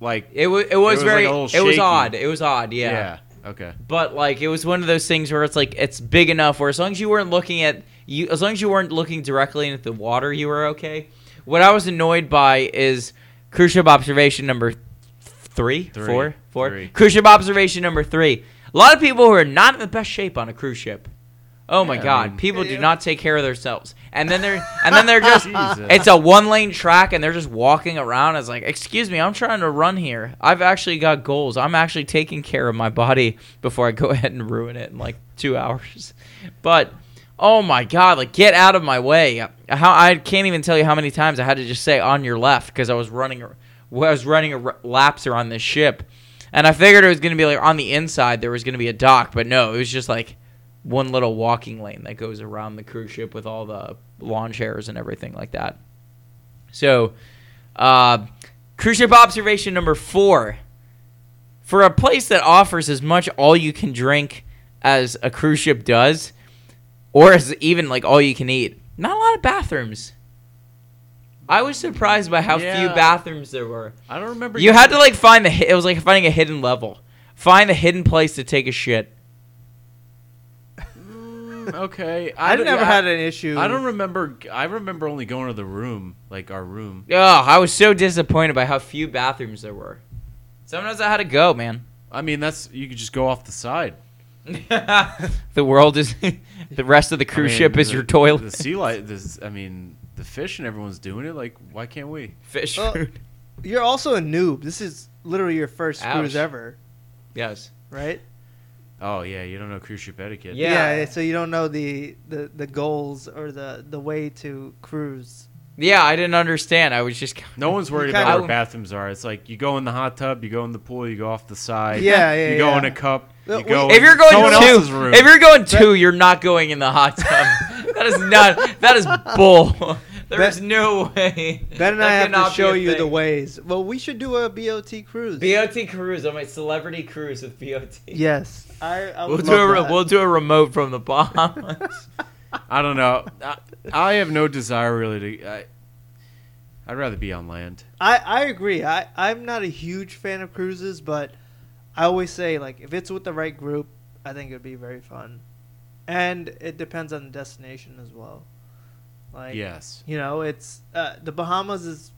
[SPEAKER 2] Like
[SPEAKER 4] It was it
[SPEAKER 2] was,
[SPEAKER 4] was,
[SPEAKER 2] like,
[SPEAKER 4] very
[SPEAKER 2] a little
[SPEAKER 4] it was
[SPEAKER 2] shaky.
[SPEAKER 4] odd. It was odd. Yeah.
[SPEAKER 2] yeah, okay.
[SPEAKER 4] But like it was one of those things where it's like it's big enough where as long as you weren't looking at you as long as you weren't looking directly into the water, you were okay. What I was annoyed by is cruise ship observation number three,
[SPEAKER 2] Three.
[SPEAKER 4] four, four.
[SPEAKER 2] Three.
[SPEAKER 4] Cruise ship observation number three. A lot of people who are not in the best shape on a cruise ship. Oh my
[SPEAKER 2] Yeah, I
[SPEAKER 4] god,
[SPEAKER 2] mean-
[SPEAKER 4] people do
[SPEAKER 6] Yeah.
[SPEAKER 4] not take care of themselves, and then they're and then they're just
[SPEAKER 2] Jesus.
[SPEAKER 4] it's a one lane track, and they're just walking around. It's like, excuse me, I'm trying to run here. I've actually got goals. I'm actually taking care of my body before I go ahead and ruin it in like two hours. But oh my god, like get out of my way! How I can't even tell you how many times I had to just say on your left because I was running, ar- I was running a r- laps around this ship, and I figured it was gonna be like on the inside there was gonna be a dock, but no, it was just like one little walking lane that goes around the cruise ship with all the lawn chairs and everything like that. So, uh, cruise ship observation number four. For a place that offers as much all you can drink as a cruise ship does, or as even like all you can eat, not a lot of bathrooms. I was surprised by how few
[SPEAKER 2] Yeah.
[SPEAKER 4] bathrooms there were.
[SPEAKER 2] I don't remember.
[SPEAKER 4] You had to like find the. hi- It was like finding a hidden level, find the hidden place to take a shit.
[SPEAKER 2] okay.
[SPEAKER 6] I've
[SPEAKER 2] don't-
[SPEAKER 6] never
[SPEAKER 2] yeah,
[SPEAKER 6] had an issue.
[SPEAKER 2] I don't remember. I remember only going to the room, like our room.
[SPEAKER 4] Oh, I was so disappointed by how few bathrooms there were. Sometimes I had to go, man.
[SPEAKER 2] I mean, that's you could just go off the side.
[SPEAKER 4] the world is the rest of the cruise
[SPEAKER 2] I mean,
[SPEAKER 4] ship is
[SPEAKER 2] the-
[SPEAKER 4] your toilet.
[SPEAKER 2] The sea light. This, I mean, the fish and everyone's doing it. Like, why can't we?
[SPEAKER 4] fish
[SPEAKER 6] Well,
[SPEAKER 4] food.
[SPEAKER 6] You're also a noob. This is literally your first
[SPEAKER 4] Ouch.
[SPEAKER 6] cruise ever,
[SPEAKER 4] Yes.
[SPEAKER 6] right?
[SPEAKER 2] Oh yeah, you don't know cruise ship etiquette.
[SPEAKER 4] Yeah.
[SPEAKER 6] So you don't know the, the the goals or the the way to cruise.
[SPEAKER 4] Yeah, I didn't understand. I was just
[SPEAKER 2] No one's worried
[SPEAKER 6] kinda-
[SPEAKER 2] about
[SPEAKER 4] I-
[SPEAKER 2] where bathrooms are. It's like you go in the hot tub, you go in the pool, you go off the side.
[SPEAKER 6] Yeah, yeah,
[SPEAKER 2] You go
[SPEAKER 6] yeah.
[SPEAKER 2] in a cup.
[SPEAKER 6] Well,
[SPEAKER 2] You go
[SPEAKER 6] we-
[SPEAKER 2] in
[SPEAKER 4] if you're going
[SPEAKER 2] someone
[SPEAKER 4] two,
[SPEAKER 2] else's room.
[SPEAKER 4] if you're going two, you're not going in the hot tub. that is not. That is bull. There's no way.
[SPEAKER 6] Ben and
[SPEAKER 4] That
[SPEAKER 6] I have
[SPEAKER 4] cannot
[SPEAKER 6] to
[SPEAKER 4] be
[SPEAKER 6] show
[SPEAKER 4] a
[SPEAKER 6] you the
[SPEAKER 4] thing.
[SPEAKER 6] ways. Well, we should do a BOT cruise.
[SPEAKER 4] BOT cruise. I'm a celebrity cruise with BOT.
[SPEAKER 6] yes, I. I
[SPEAKER 4] We'll
[SPEAKER 6] would
[SPEAKER 4] do a
[SPEAKER 6] love
[SPEAKER 4] re-
[SPEAKER 6] that.
[SPEAKER 4] we'll do a remote from the Bahamas.
[SPEAKER 2] I don't know. I, I have no desire really to. I, I'd rather be on land.
[SPEAKER 6] I, I agree. I, I'm not a huge fan of cruises, but I always say like if it's with the right group, I think it would be very fun. And it depends on the destination as well. Like
[SPEAKER 2] Yes.
[SPEAKER 6] you know, it's uh, the Bahamas is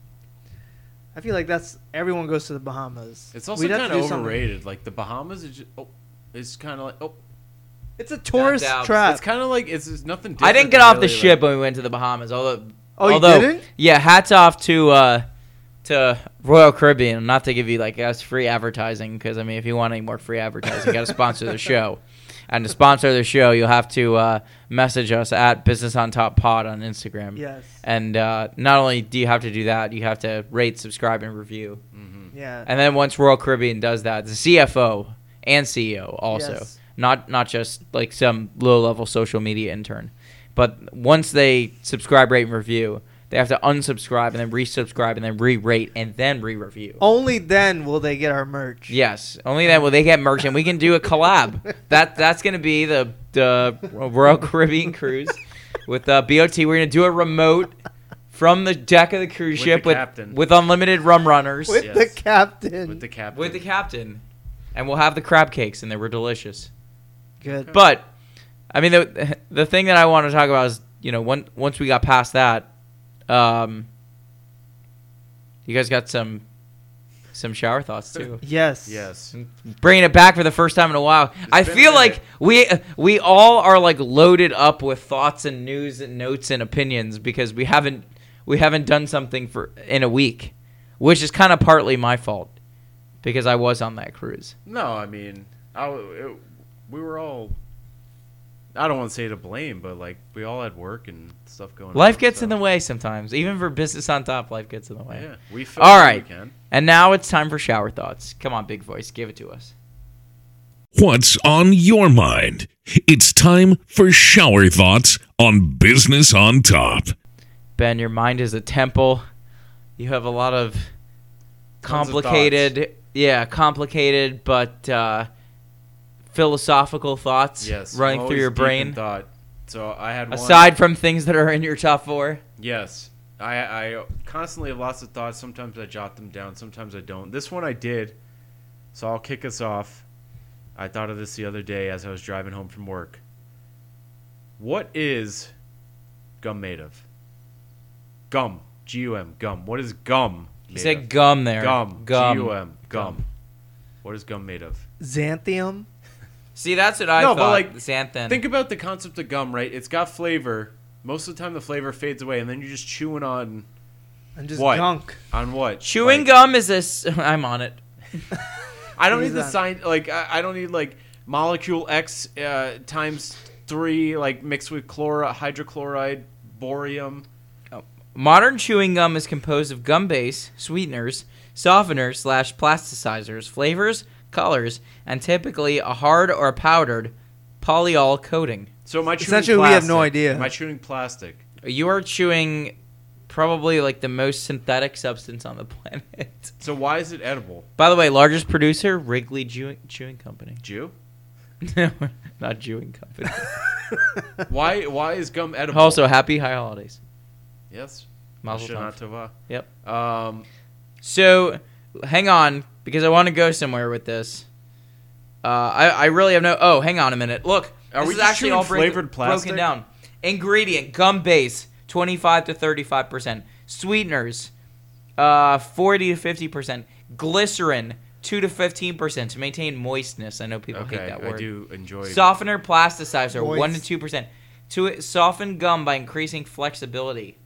[SPEAKER 6] I feel like that's everyone goes to the Bahamas.
[SPEAKER 2] It's also
[SPEAKER 6] We'd have to
[SPEAKER 2] kind of
[SPEAKER 6] do something-
[SPEAKER 2] overrated. Like the Bahamas is just. Oh, it's kind of like oh,
[SPEAKER 6] It's a tourist
[SPEAKER 4] Not doubts.
[SPEAKER 6] trap.
[SPEAKER 2] it's kind of like it's, it's nothing. Different
[SPEAKER 4] I didn't get off the
[SPEAKER 2] really, like-
[SPEAKER 4] ship when we went to the Bahamas. Although,
[SPEAKER 6] Oh, you
[SPEAKER 4] although,
[SPEAKER 6] didn't?
[SPEAKER 4] Yeah, hats off to uh, to Royal Caribbean. Not to give you like us free advertising because I mean, if you want any more free advertising, you got to sponsor the show. And to sponsor the show, you'll have to uh, message us at Business on Top Pod on Instagram.
[SPEAKER 6] Yes.
[SPEAKER 4] And uh, not only do you have to do that, you have to rate, subscribe, and review.
[SPEAKER 6] yeah.
[SPEAKER 4] And then once Royal Caribbean does that, the CFO and CEO also,
[SPEAKER 6] Yes.
[SPEAKER 4] not not just like some low level social media intern, but once they subscribe, rate, and review, they have to unsubscribe and then resubscribe and then re-rate and then re-review.
[SPEAKER 6] Only then will they get our merch.
[SPEAKER 4] Yes, only then will they get merch, and we can do a collab. that that's gonna be the the Royal Caribbean cruise with uh, BOT. We're gonna do a remote from the deck of the cruise
[SPEAKER 2] With
[SPEAKER 4] ship
[SPEAKER 2] the
[SPEAKER 4] with
[SPEAKER 2] captain.
[SPEAKER 4] with unlimited rum runners
[SPEAKER 6] With
[SPEAKER 2] Yes.
[SPEAKER 6] the captain.
[SPEAKER 2] with the captain.
[SPEAKER 4] with the captain, and we'll have the crab cakes, and they were delicious.
[SPEAKER 6] Good.
[SPEAKER 4] But I mean, the the thing that I want to talk about is you know one, once we got past that, um, you guys got some some shower thoughts too.
[SPEAKER 6] yes.
[SPEAKER 2] Yes.
[SPEAKER 4] Bringing it back for the first time in a while, I
[SPEAKER 2] been a
[SPEAKER 4] feel like
[SPEAKER 2] minute.
[SPEAKER 4] we we all are like loaded up with thoughts and news and notes and opinions because we haven't we haven't done something for in a week, which is kind of partly my fault because I was on that cruise.
[SPEAKER 2] No, I mean, I, it, we were all. I don't want to say to blame, but like we all had work and stuff going.
[SPEAKER 4] Life
[SPEAKER 2] on,
[SPEAKER 4] gets
[SPEAKER 2] so-
[SPEAKER 4] in the way sometimes. Even for business on top, life gets in the way.
[SPEAKER 2] Yeah, we. felt
[SPEAKER 4] All
[SPEAKER 2] what
[SPEAKER 4] right.
[SPEAKER 2] We can.
[SPEAKER 4] And now it's time for shower thoughts. Come on, big voice, give it to us.
[SPEAKER 1] What's on your mind? It's time for shower thoughts on Business on Top.
[SPEAKER 4] Ben, your mind is a temple. You have a lot of
[SPEAKER 2] Tons of
[SPEAKER 4] complicated, yeah, complicated but uh, philosophical thoughts
[SPEAKER 2] Yes.
[SPEAKER 4] running
[SPEAKER 2] I'm
[SPEAKER 4] through your
[SPEAKER 2] always deep in
[SPEAKER 4] brain.
[SPEAKER 2] Thought. So I had one-
[SPEAKER 4] Aside from things that are in your top four,
[SPEAKER 2] Yes. I, I constantly have lots of thoughts. Sometimes I jot them down, sometimes I don't. This one I did, so I'll kick us off. I thought of this the other day as I was driving home from work. What is gum made of? Gum. G U M. Gum. What is gum?
[SPEAKER 4] he
[SPEAKER 2] made
[SPEAKER 4] said
[SPEAKER 2] of?
[SPEAKER 4] gum there.
[SPEAKER 2] gum.
[SPEAKER 4] gum.
[SPEAKER 2] G U M. Gum. What is gum made of?
[SPEAKER 6] Xanthium.
[SPEAKER 4] See, that's what I
[SPEAKER 2] No,
[SPEAKER 4] thought.
[SPEAKER 2] but, like,
[SPEAKER 4] Xanthan.
[SPEAKER 2] Think about the concept of gum, right? It's got flavor. Most of the time, the flavor fades away, and then you're just chewing on
[SPEAKER 6] And just
[SPEAKER 2] What?
[SPEAKER 6] gunk.
[SPEAKER 2] on what?
[SPEAKER 4] Chewing
[SPEAKER 2] Like-
[SPEAKER 4] gum is this. I'm on it.
[SPEAKER 2] I don't
[SPEAKER 6] What
[SPEAKER 2] need
[SPEAKER 6] is
[SPEAKER 2] the
[SPEAKER 6] that?
[SPEAKER 2] sign. Like I, I don't need like molecule X uh, times three, like mixed with chlor hydrochloride, borium.
[SPEAKER 4] Modern chewing gum is composed of gum base, sweeteners, softeners slash plasticizers, flavors, colors, and typically a hard or powdered polyol coating.
[SPEAKER 2] So my chewing
[SPEAKER 6] Essentially, we
[SPEAKER 2] plastic,
[SPEAKER 6] have no idea.
[SPEAKER 2] My chewing plastic.
[SPEAKER 4] You are chewing probably like the most synthetic substance on the planet.
[SPEAKER 2] So why is it edible?
[SPEAKER 4] By the way, largest producer Wrigley Chewing, chewing Company.
[SPEAKER 2] Jew?
[SPEAKER 4] No, Not chewing company.
[SPEAKER 2] Why why is gum edible?
[SPEAKER 4] also, happy high holidays.
[SPEAKER 2] yes.
[SPEAKER 4] Mazel
[SPEAKER 2] Shana
[SPEAKER 4] tov.
[SPEAKER 2] tova.
[SPEAKER 4] Yep.
[SPEAKER 2] Um,
[SPEAKER 4] So, hang on, because I want to go somewhere with this. Uh, I, I really have no. Oh, hang on a minute. Look,
[SPEAKER 2] Are
[SPEAKER 4] this
[SPEAKER 2] we
[SPEAKER 4] is
[SPEAKER 2] just
[SPEAKER 4] actually
[SPEAKER 2] chewing
[SPEAKER 4] all break-
[SPEAKER 2] flavored plastic?
[SPEAKER 4] broken down. Ingredient: gum base, twenty-five to thirty-five percent. Sweeteners, uh, forty to fifty percent. Glycerin, two to fifteen percent to maintain moistness. I know people hate
[SPEAKER 2] okay,
[SPEAKER 4] that
[SPEAKER 2] I
[SPEAKER 4] word.
[SPEAKER 2] do enjoy.
[SPEAKER 4] Softener plasticizer,
[SPEAKER 6] Moist.
[SPEAKER 4] one to two percent. To soften gum by increasing flexibility.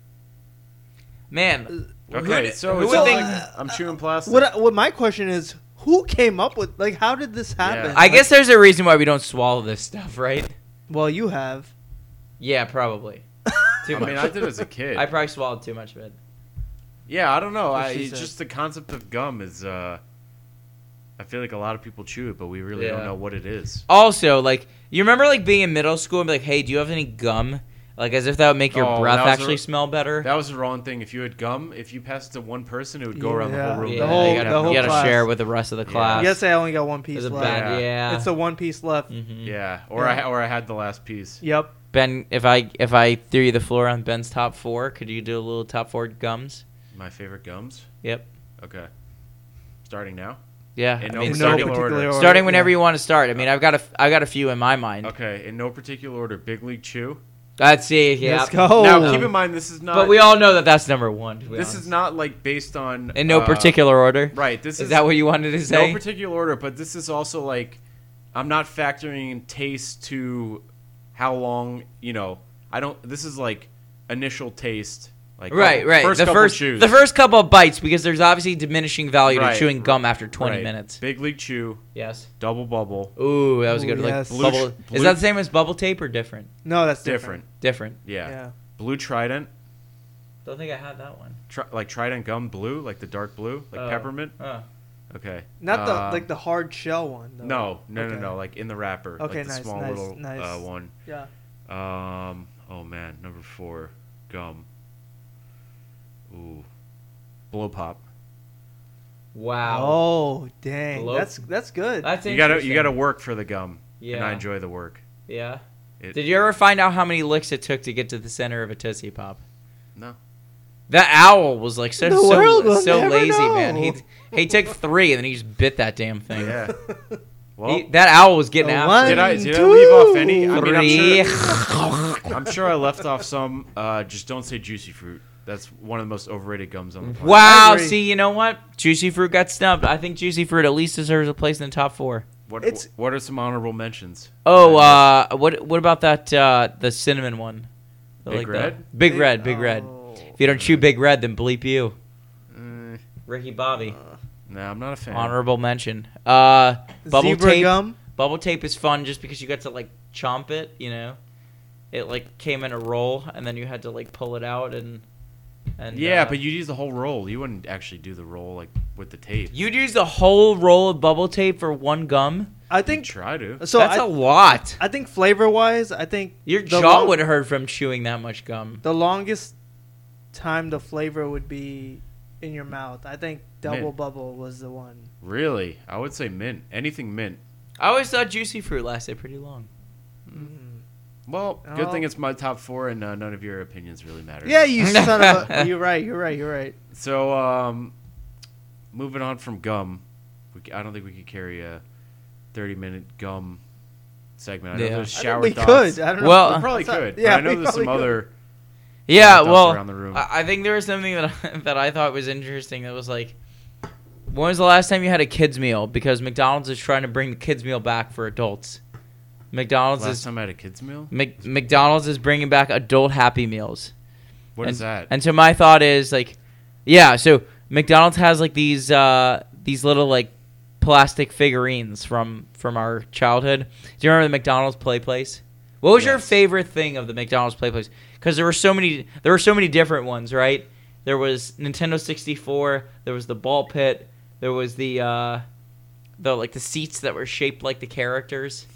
[SPEAKER 4] Man,
[SPEAKER 2] Okay,
[SPEAKER 4] who'd-
[SPEAKER 2] so
[SPEAKER 4] who
[SPEAKER 2] it's
[SPEAKER 4] would
[SPEAKER 2] not
[SPEAKER 4] think- uh,
[SPEAKER 2] like I'm chewing plastic.
[SPEAKER 6] What? I- What my question is, who came up with? Like, how did this happen?
[SPEAKER 2] Yeah.
[SPEAKER 4] I guess there's a reason why we don't swallow this stuff, right?
[SPEAKER 6] Well, you have.
[SPEAKER 4] Yeah, probably. Too
[SPEAKER 2] I
[SPEAKER 4] much.
[SPEAKER 2] mean, I did it as a kid.
[SPEAKER 4] I probably swallowed too much of it.
[SPEAKER 2] Yeah, I don't know.
[SPEAKER 6] That's what
[SPEAKER 2] I,
[SPEAKER 6] she
[SPEAKER 2] it's
[SPEAKER 6] said.
[SPEAKER 2] just the concept of gum is. Uh, I feel like a lot of people chew it, but we really
[SPEAKER 4] Yeah.
[SPEAKER 2] don't know what it is.
[SPEAKER 4] Also, like, you remember like being in middle school and be like, "Hey, do you have any gum?" Like as if that would make your
[SPEAKER 2] Oh,
[SPEAKER 4] breath
[SPEAKER 2] that was
[SPEAKER 4] actually
[SPEAKER 2] a-
[SPEAKER 4] smell better.
[SPEAKER 2] That was the wrong thing. If you had gum, if you passed it to one person, it would go around the
[SPEAKER 6] Yeah.
[SPEAKER 2] whole room.
[SPEAKER 4] yeah,
[SPEAKER 6] The whole-
[SPEAKER 4] you gotta,
[SPEAKER 6] the whole
[SPEAKER 4] you gotta
[SPEAKER 6] class.
[SPEAKER 4] share with the rest of the class.
[SPEAKER 6] I guess I only got one
[SPEAKER 4] It
[SPEAKER 6] piece
[SPEAKER 4] was Uh, a
[SPEAKER 6] left.
[SPEAKER 4] bad, yeah. Mm-hmm.
[SPEAKER 6] It's the one piece left.
[SPEAKER 2] Yeah, or I or I had the last piece.
[SPEAKER 6] Yep.
[SPEAKER 4] ben, if I if I threw you the floor on Ben's top four, could you do a little top four gums?
[SPEAKER 2] My favorite gums.
[SPEAKER 4] Yep.
[SPEAKER 2] Okay. Starting now.
[SPEAKER 4] Yeah.
[SPEAKER 2] In
[SPEAKER 4] I
[SPEAKER 2] no
[SPEAKER 4] mean,
[SPEAKER 2] In
[SPEAKER 4] starting,
[SPEAKER 2] particular order.
[SPEAKER 4] starting whenever
[SPEAKER 6] yeah.
[SPEAKER 4] you want to start. I mean, I've got a f- I've got a few in my mind.
[SPEAKER 2] Okay, in no particular order. Big League Chew.
[SPEAKER 4] Let's see. Yeah.
[SPEAKER 6] Let's go.
[SPEAKER 2] Now keep in mind this is not.
[SPEAKER 4] Oh. But we all know that that's number one. to be
[SPEAKER 2] This
[SPEAKER 4] honest.
[SPEAKER 2] is not like based on
[SPEAKER 4] in no
[SPEAKER 2] uh,
[SPEAKER 4] particular order.
[SPEAKER 2] Right. This
[SPEAKER 4] Is, that what you wanted to say?
[SPEAKER 2] No particular order, but this is also like I'm not factoring in taste to how long you know. I don't. This is like initial taste. Like
[SPEAKER 4] Right,
[SPEAKER 2] couple-
[SPEAKER 4] right. the
[SPEAKER 2] couple
[SPEAKER 4] first
[SPEAKER 2] chews.
[SPEAKER 4] the first couple of bites because there's obviously diminishing value
[SPEAKER 2] Right,
[SPEAKER 4] to chewing gum after 20
[SPEAKER 2] Right.
[SPEAKER 4] minutes.
[SPEAKER 2] Big league chew,
[SPEAKER 4] Yes.
[SPEAKER 2] double bubble,
[SPEAKER 4] Ooh, that was
[SPEAKER 6] Ooh,
[SPEAKER 4] good.
[SPEAKER 6] yes.
[SPEAKER 4] Like
[SPEAKER 6] Blue
[SPEAKER 4] bubble.
[SPEAKER 2] sh-
[SPEAKER 4] Is
[SPEAKER 2] blue-
[SPEAKER 4] that the same as bubble tape or different?
[SPEAKER 6] No, that's
[SPEAKER 2] different.
[SPEAKER 4] Different.
[SPEAKER 6] different.
[SPEAKER 2] Yeah.
[SPEAKER 6] Yeah.
[SPEAKER 2] Blue Trident,
[SPEAKER 4] Don't think I had that one.
[SPEAKER 2] tri- like Trident gum blue, like the dark blue, like
[SPEAKER 4] Oh.
[SPEAKER 2] peppermint.
[SPEAKER 4] Oh.
[SPEAKER 2] Okay.
[SPEAKER 6] Not the
[SPEAKER 2] Um,
[SPEAKER 6] like the hard shell one. Though.
[SPEAKER 2] No, no,
[SPEAKER 6] Okay.
[SPEAKER 2] no, no. Like in the wrapper.
[SPEAKER 6] Okay,
[SPEAKER 2] like the
[SPEAKER 6] nice,
[SPEAKER 2] small
[SPEAKER 6] nice,
[SPEAKER 2] little
[SPEAKER 6] nice.
[SPEAKER 2] Uh, one.
[SPEAKER 6] Yeah.
[SPEAKER 2] Um. Oh man, number four, gum. Ooh, blow pop.
[SPEAKER 4] Wow.
[SPEAKER 6] Oh dang,
[SPEAKER 4] Blow-
[SPEAKER 6] that's that's good.
[SPEAKER 4] That's
[SPEAKER 2] You gotta you
[SPEAKER 4] interesting.
[SPEAKER 2] gotta work for the gum. And
[SPEAKER 4] Yeah.
[SPEAKER 2] I enjoy the work.
[SPEAKER 4] Yeah.
[SPEAKER 2] It-
[SPEAKER 4] Did you ever find out how many licks it took to get to the center of a tootsie pop?
[SPEAKER 2] No.
[SPEAKER 4] That owl was like so
[SPEAKER 6] The
[SPEAKER 4] so,
[SPEAKER 6] world will
[SPEAKER 4] so
[SPEAKER 6] never
[SPEAKER 4] lazy, man.
[SPEAKER 6] know.
[SPEAKER 4] He he took three and then he just bit that damn thing.
[SPEAKER 2] Yeah. Well,
[SPEAKER 4] He- that owl was getting
[SPEAKER 6] A
[SPEAKER 4] after.
[SPEAKER 6] one,
[SPEAKER 4] it.
[SPEAKER 2] did I did I
[SPEAKER 6] two,
[SPEAKER 2] leave off any? I mean, I'm
[SPEAKER 4] Three.
[SPEAKER 2] sure, I'm sure I left off some. Uh, just don't say juicy fruit. That's one of the most overrated gums on the planet.
[SPEAKER 4] Wow.
[SPEAKER 6] agree.
[SPEAKER 4] See, you know what? Juicy Fruit got snubbed. I think Juicy Fruit at least deserves a place in the top four.
[SPEAKER 2] What
[SPEAKER 6] It's-
[SPEAKER 2] what are some honorable mentions?
[SPEAKER 4] Oh, uh, what what about that uh, the cinnamon one? I
[SPEAKER 2] Big
[SPEAKER 4] the-
[SPEAKER 2] Red?
[SPEAKER 4] big red, big red.
[SPEAKER 6] Oh.
[SPEAKER 4] If you don't chew big red, then bleep you.
[SPEAKER 6] Mm.
[SPEAKER 4] Ricky Bobby,
[SPEAKER 6] Uh,
[SPEAKER 2] No, I'm not a fan.
[SPEAKER 4] honorable mention. Uh, bubble
[SPEAKER 6] Zebra
[SPEAKER 4] tape.
[SPEAKER 6] gum.
[SPEAKER 4] Bubble tape is fun just because you got to like chomp it. You know, it like came in a roll and then you had to like pull it out and and
[SPEAKER 2] Yeah,
[SPEAKER 4] uh,
[SPEAKER 2] but you'd use the whole roll. You wouldn't actually do the roll like with the tape.
[SPEAKER 4] you'd use the whole roll of bubble tape for one gum.
[SPEAKER 6] I
[SPEAKER 2] You
[SPEAKER 6] think
[SPEAKER 2] try to.
[SPEAKER 6] so.
[SPEAKER 4] That's a
[SPEAKER 6] I,
[SPEAKER 4] lot.
[SPEAKER 6] I think flavor wise, I think
[SPEAKER 4] Your
[SPEAKER 6] the
[SPEAKER 4] jaw
[SPEAKER 6] long-
[SPEAKER 4] would have hurt from chewing that much gum.
[SPEAKER 6] the longest time the flavor would be in your mouth. I think double
[SPEAKER 2] Man.
[SPEAKER 6] bubble was the one.
[SPEAKER 2] Really, I would say mint. Anything mint.
[SPEAKER 4] I always thought juicy fruit lasted pretty long.
[SPEAKER 2] Well, good
[SPEAKER 6] Oh.
[SPEAKER 2] thing it's my top four, and uh, none of your opinions really matter.
[SPEAKER 6] Yeah, you son of a. You're right. You're right. You're right.
[SPEAKER 2] So, um, moving on from gum, we, c- I don't think we could carry a thirty-minute gum segment. I know
[SPEAKER 4] Yeah.
[SPEAKER 2] there's
[SPEAKER 6] I think
[SPEAKER 2] shower
[SPEAKER 6] we
[SPEAKER 2] thoughts.
[SPEAKER 6] could. I don't
[SPEAKER 4] Well-
[SPEAKER 6] know.
[SPEAKER 2] We probably
[SPEAKER 6] That's not-
[SPEAKER 2] could.
[SPEAKER 6] Yeah,
[SPEAKER 2] Yeah, I know
[SPEAKER 6] we
[SPEAKER 2] there's some
[SPEAKER 6] probably could.
[SPEAKER 2] other.
[SPEAKER 4] Yeah,
[SPEAKER 2] Thoughts
[SPEAKER 4] well,
[SPEAKER 2] around the room.
[SPEAKER 4] I, I think there was something that I, that I thought was interesting that was like, when was the last time you had a kids meal? Because McDonald's is trying to bring the kids meal back for adults. McDonald's
[SPEAKER 2] Last
[SPEAKER 4] is
[SPEAKER 2] time I had a kids meal.
[SPEAKER 4] Mc, McDonald's is bringing back adult Happy Meals.
[SPEAKER 2] What
[SPEAKER 4] and,
[SPEAKER 2] is that?
[SPEAKER 4] And so my thought is like, yeah. So McDonald's has like these uh, these little like plastic figurines from from our childhood. Do you remember the McDonald's play place? What was your
[SPEAKER 2] Yes.
[SPEAKER 4] favorite thing of the McDonald's play place? Because there were so many there were so many different ones, right? There was Nintendo sixty four. There was the ball pit. There was the uh, the like the seats that were shaped like the characters.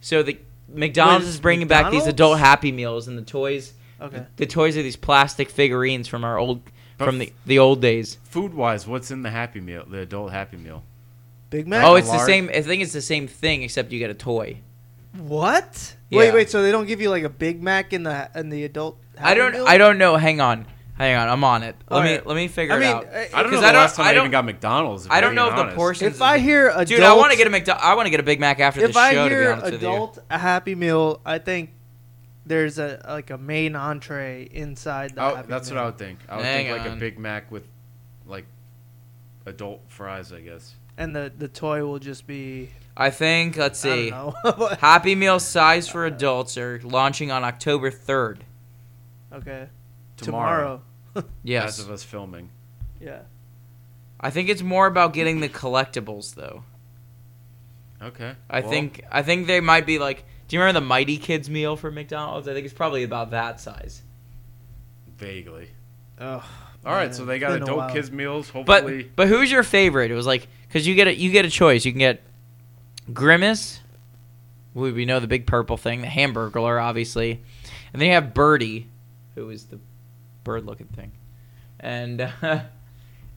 [SPEAKER 4] So the McDonald's
[SPEAKER 6] Wait,
[SPEAKER 4] is bringing back these
[SPEAKER 6] McDonald's?
[SPEAKER 4] adult Happy Meals and the toys.
[SPEAKER 6] Okay.
[SPEAKER 4] The toys are these plastic figurines from our old
[SPEAKER 2] But
[SPEAKER 4] from the
[SPEAKER 2] f-
[SPEAKER 4] the old days.
[SPEAKER 2] Food-wise, what's in the Happy Meal? The adult Happy Meal.
[SPEAKER 6] Big Mac.
[SPEAKER 4] Oh, it's the
[SPEAKER 2] large?
[SPEAKER 4] same. I think it's the same thing except you get a toy.
[SPEAKER 6] What?
[SPEAKER 4] Yeah.
[SPEAKER 6] Wait, wait. So they don't give you like a Big Mac in the in the adult.
[SPEAKER 4] I don't.
[SPEAKER 6] Happy Meal?
[SPEAKER 4] I don't know. Hang on. Hang on. I'm on it. Let me
[SPEAKER 6] Alright.
[SPEAKER 4] let me figure
[SPEAKER 6] I
[SPEAKER 4] it
[SPEAKER 6] mean,
[SPEAKER 4] out.
[SPEAKER 6] uh,
[SPEAKER 2] I don't know.
[SPEAKER 4] 'Cause I
[SPEAKER 2] The
[SPEAKER 4] don't-
[SPEAKER 2] last time
[SPEAKER 4] I
[SPEAKER 2] I,
[SPEAKER 4] don't-
[SPEAKER 2] even got McDonald's.
[SPEAKER 4] I don't
[SPEAKER 2] we're
[SPEAKER 4] know
[SPEAKER 2] being
[SPEAKER 4] if the
[SPEAKER 2] honest.
[SPEAKER 4] portions.
[SPEAKER 6] If I hear adult,
[SPEAKER 4] dude, I want to get a McDo- I want to get a Big Mac after
[SPEAKER 6] If
[SPEAKER 4] the
[SPEAKER 6] I
[SPEAKER 4] show. to be
[SPEAKER 6] hear
[SPEAKER 4] honest with
[SPEAKER 6] adult Happy Meal, I think there's a like a main entree inside the.
[SPEAKER 2] I-
[SPEAKER 6] Happy
[SPEAKER 2] Oh, that's
[SPEAKER 6] Meal.
[SPEAKER 2] what I would think. I would
[SPEAKER 4] Hang
[SPEAKER 2] think like
[SPEAKER 4] on.
[SPEAKER 2] a Big Mac with like adult fries, I guess.
[SPEAKER 6] And the the toy will just be.
[SPEAKER 4] you. I think. Let's see.
[SPEAKER 6] I don't know.
[SPEAKER 4] Happy Meal size for adults are launching on October third.
[SPEAKER 6] okay.
[SPEAKER 2] Tomorrow,
[SPEAKER 6] Tomorrow.
[SPEAKER 2] as
[SPEAKER 4] Yes,
[SPEAKER 2] of us filming.
[SPEAKER 6] Yeah.
[SPEAKER 4] I think it's more about getting the collectibles though.
[SPEAKER 2] Okay.
[SPEAKER 4] I
[SPEAKER 2] well,
[SPEAKER 4] think I think they might be like. Do you remember the Mighty Kids meal for McDonald's? I think it's probably about that size.
[SPEAKER 2] vaguely.
[SPEAKER 6] Ugh.
[SPEAKER 2] All right,
[SPEAKER 6] man,
[SPEAKER 2] so they
[SPEAKER 6] it's
[SPEAKER 2] got
[SPEAKER 6] been a
[SPEAKER 2] adult
[SPEAKER 6] while.
[SPEAKER 2] kids meals.
[SPEAKER 4] But
[SPEAKER 2] Hopefully,
[SPEAKER 4] but who's your favorite? It was like because you get a you get a choice. You can get Grimace. We we know the big purple thing, the Hamburglar, obviously, And then you have Birdie, who is the bird-looking thing, and uh,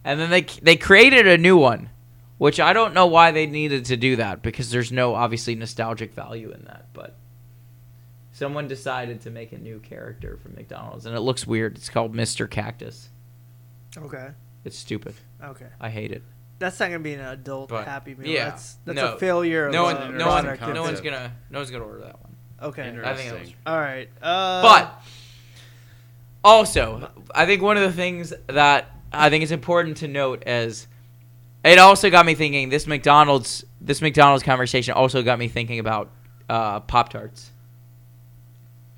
[SPEAKER 4] and then they they created a new one, which I don't know why they needed to do that because there's no obviously nostalgic value in that, but. Someone decided to make a new character from McDonald's, and it looks weird. It's called Mr. Cactus.
[SPEAKER 6] Okay.
[SPEAKER 4] It's stupid.
[SPEAKER 6] Okay.
[SPEAKER 4] I hate it.
[SPEAKER 6] That's not gonna be an adult
[SPEAKER 4] But
[SPEAKER 6] happy meal.
[SPEAKER 4] yeah,
[SPEAKER 6] That's that's
[SPEAKER 4] no,
[SPEAKER 6] a failure.
[SPEAKER 4] No
[SPEAKER 6] of
[SPEAKER 4] one,
[SPEAKER 6] a
[SPEAKER 4] no one,
[SPEAKER 6] product
[SPEAKER 4] no one's
[SPEAKER 6] itself.
[SPEAKER 4] gonna, no one's gonna order that one.
[SPEAKER 6] Okay.
[SPEAKER 4] I think it was-
[SPEAKER 2] Interesting.
[SPEAKER 6] All right. Uh,
[SPEAKER 4] But also, I think one of the things that I think is important to note is it also got me thinking. This McDonald's, this McDonald's conversation also got me thinking about uh, Pop Tarts.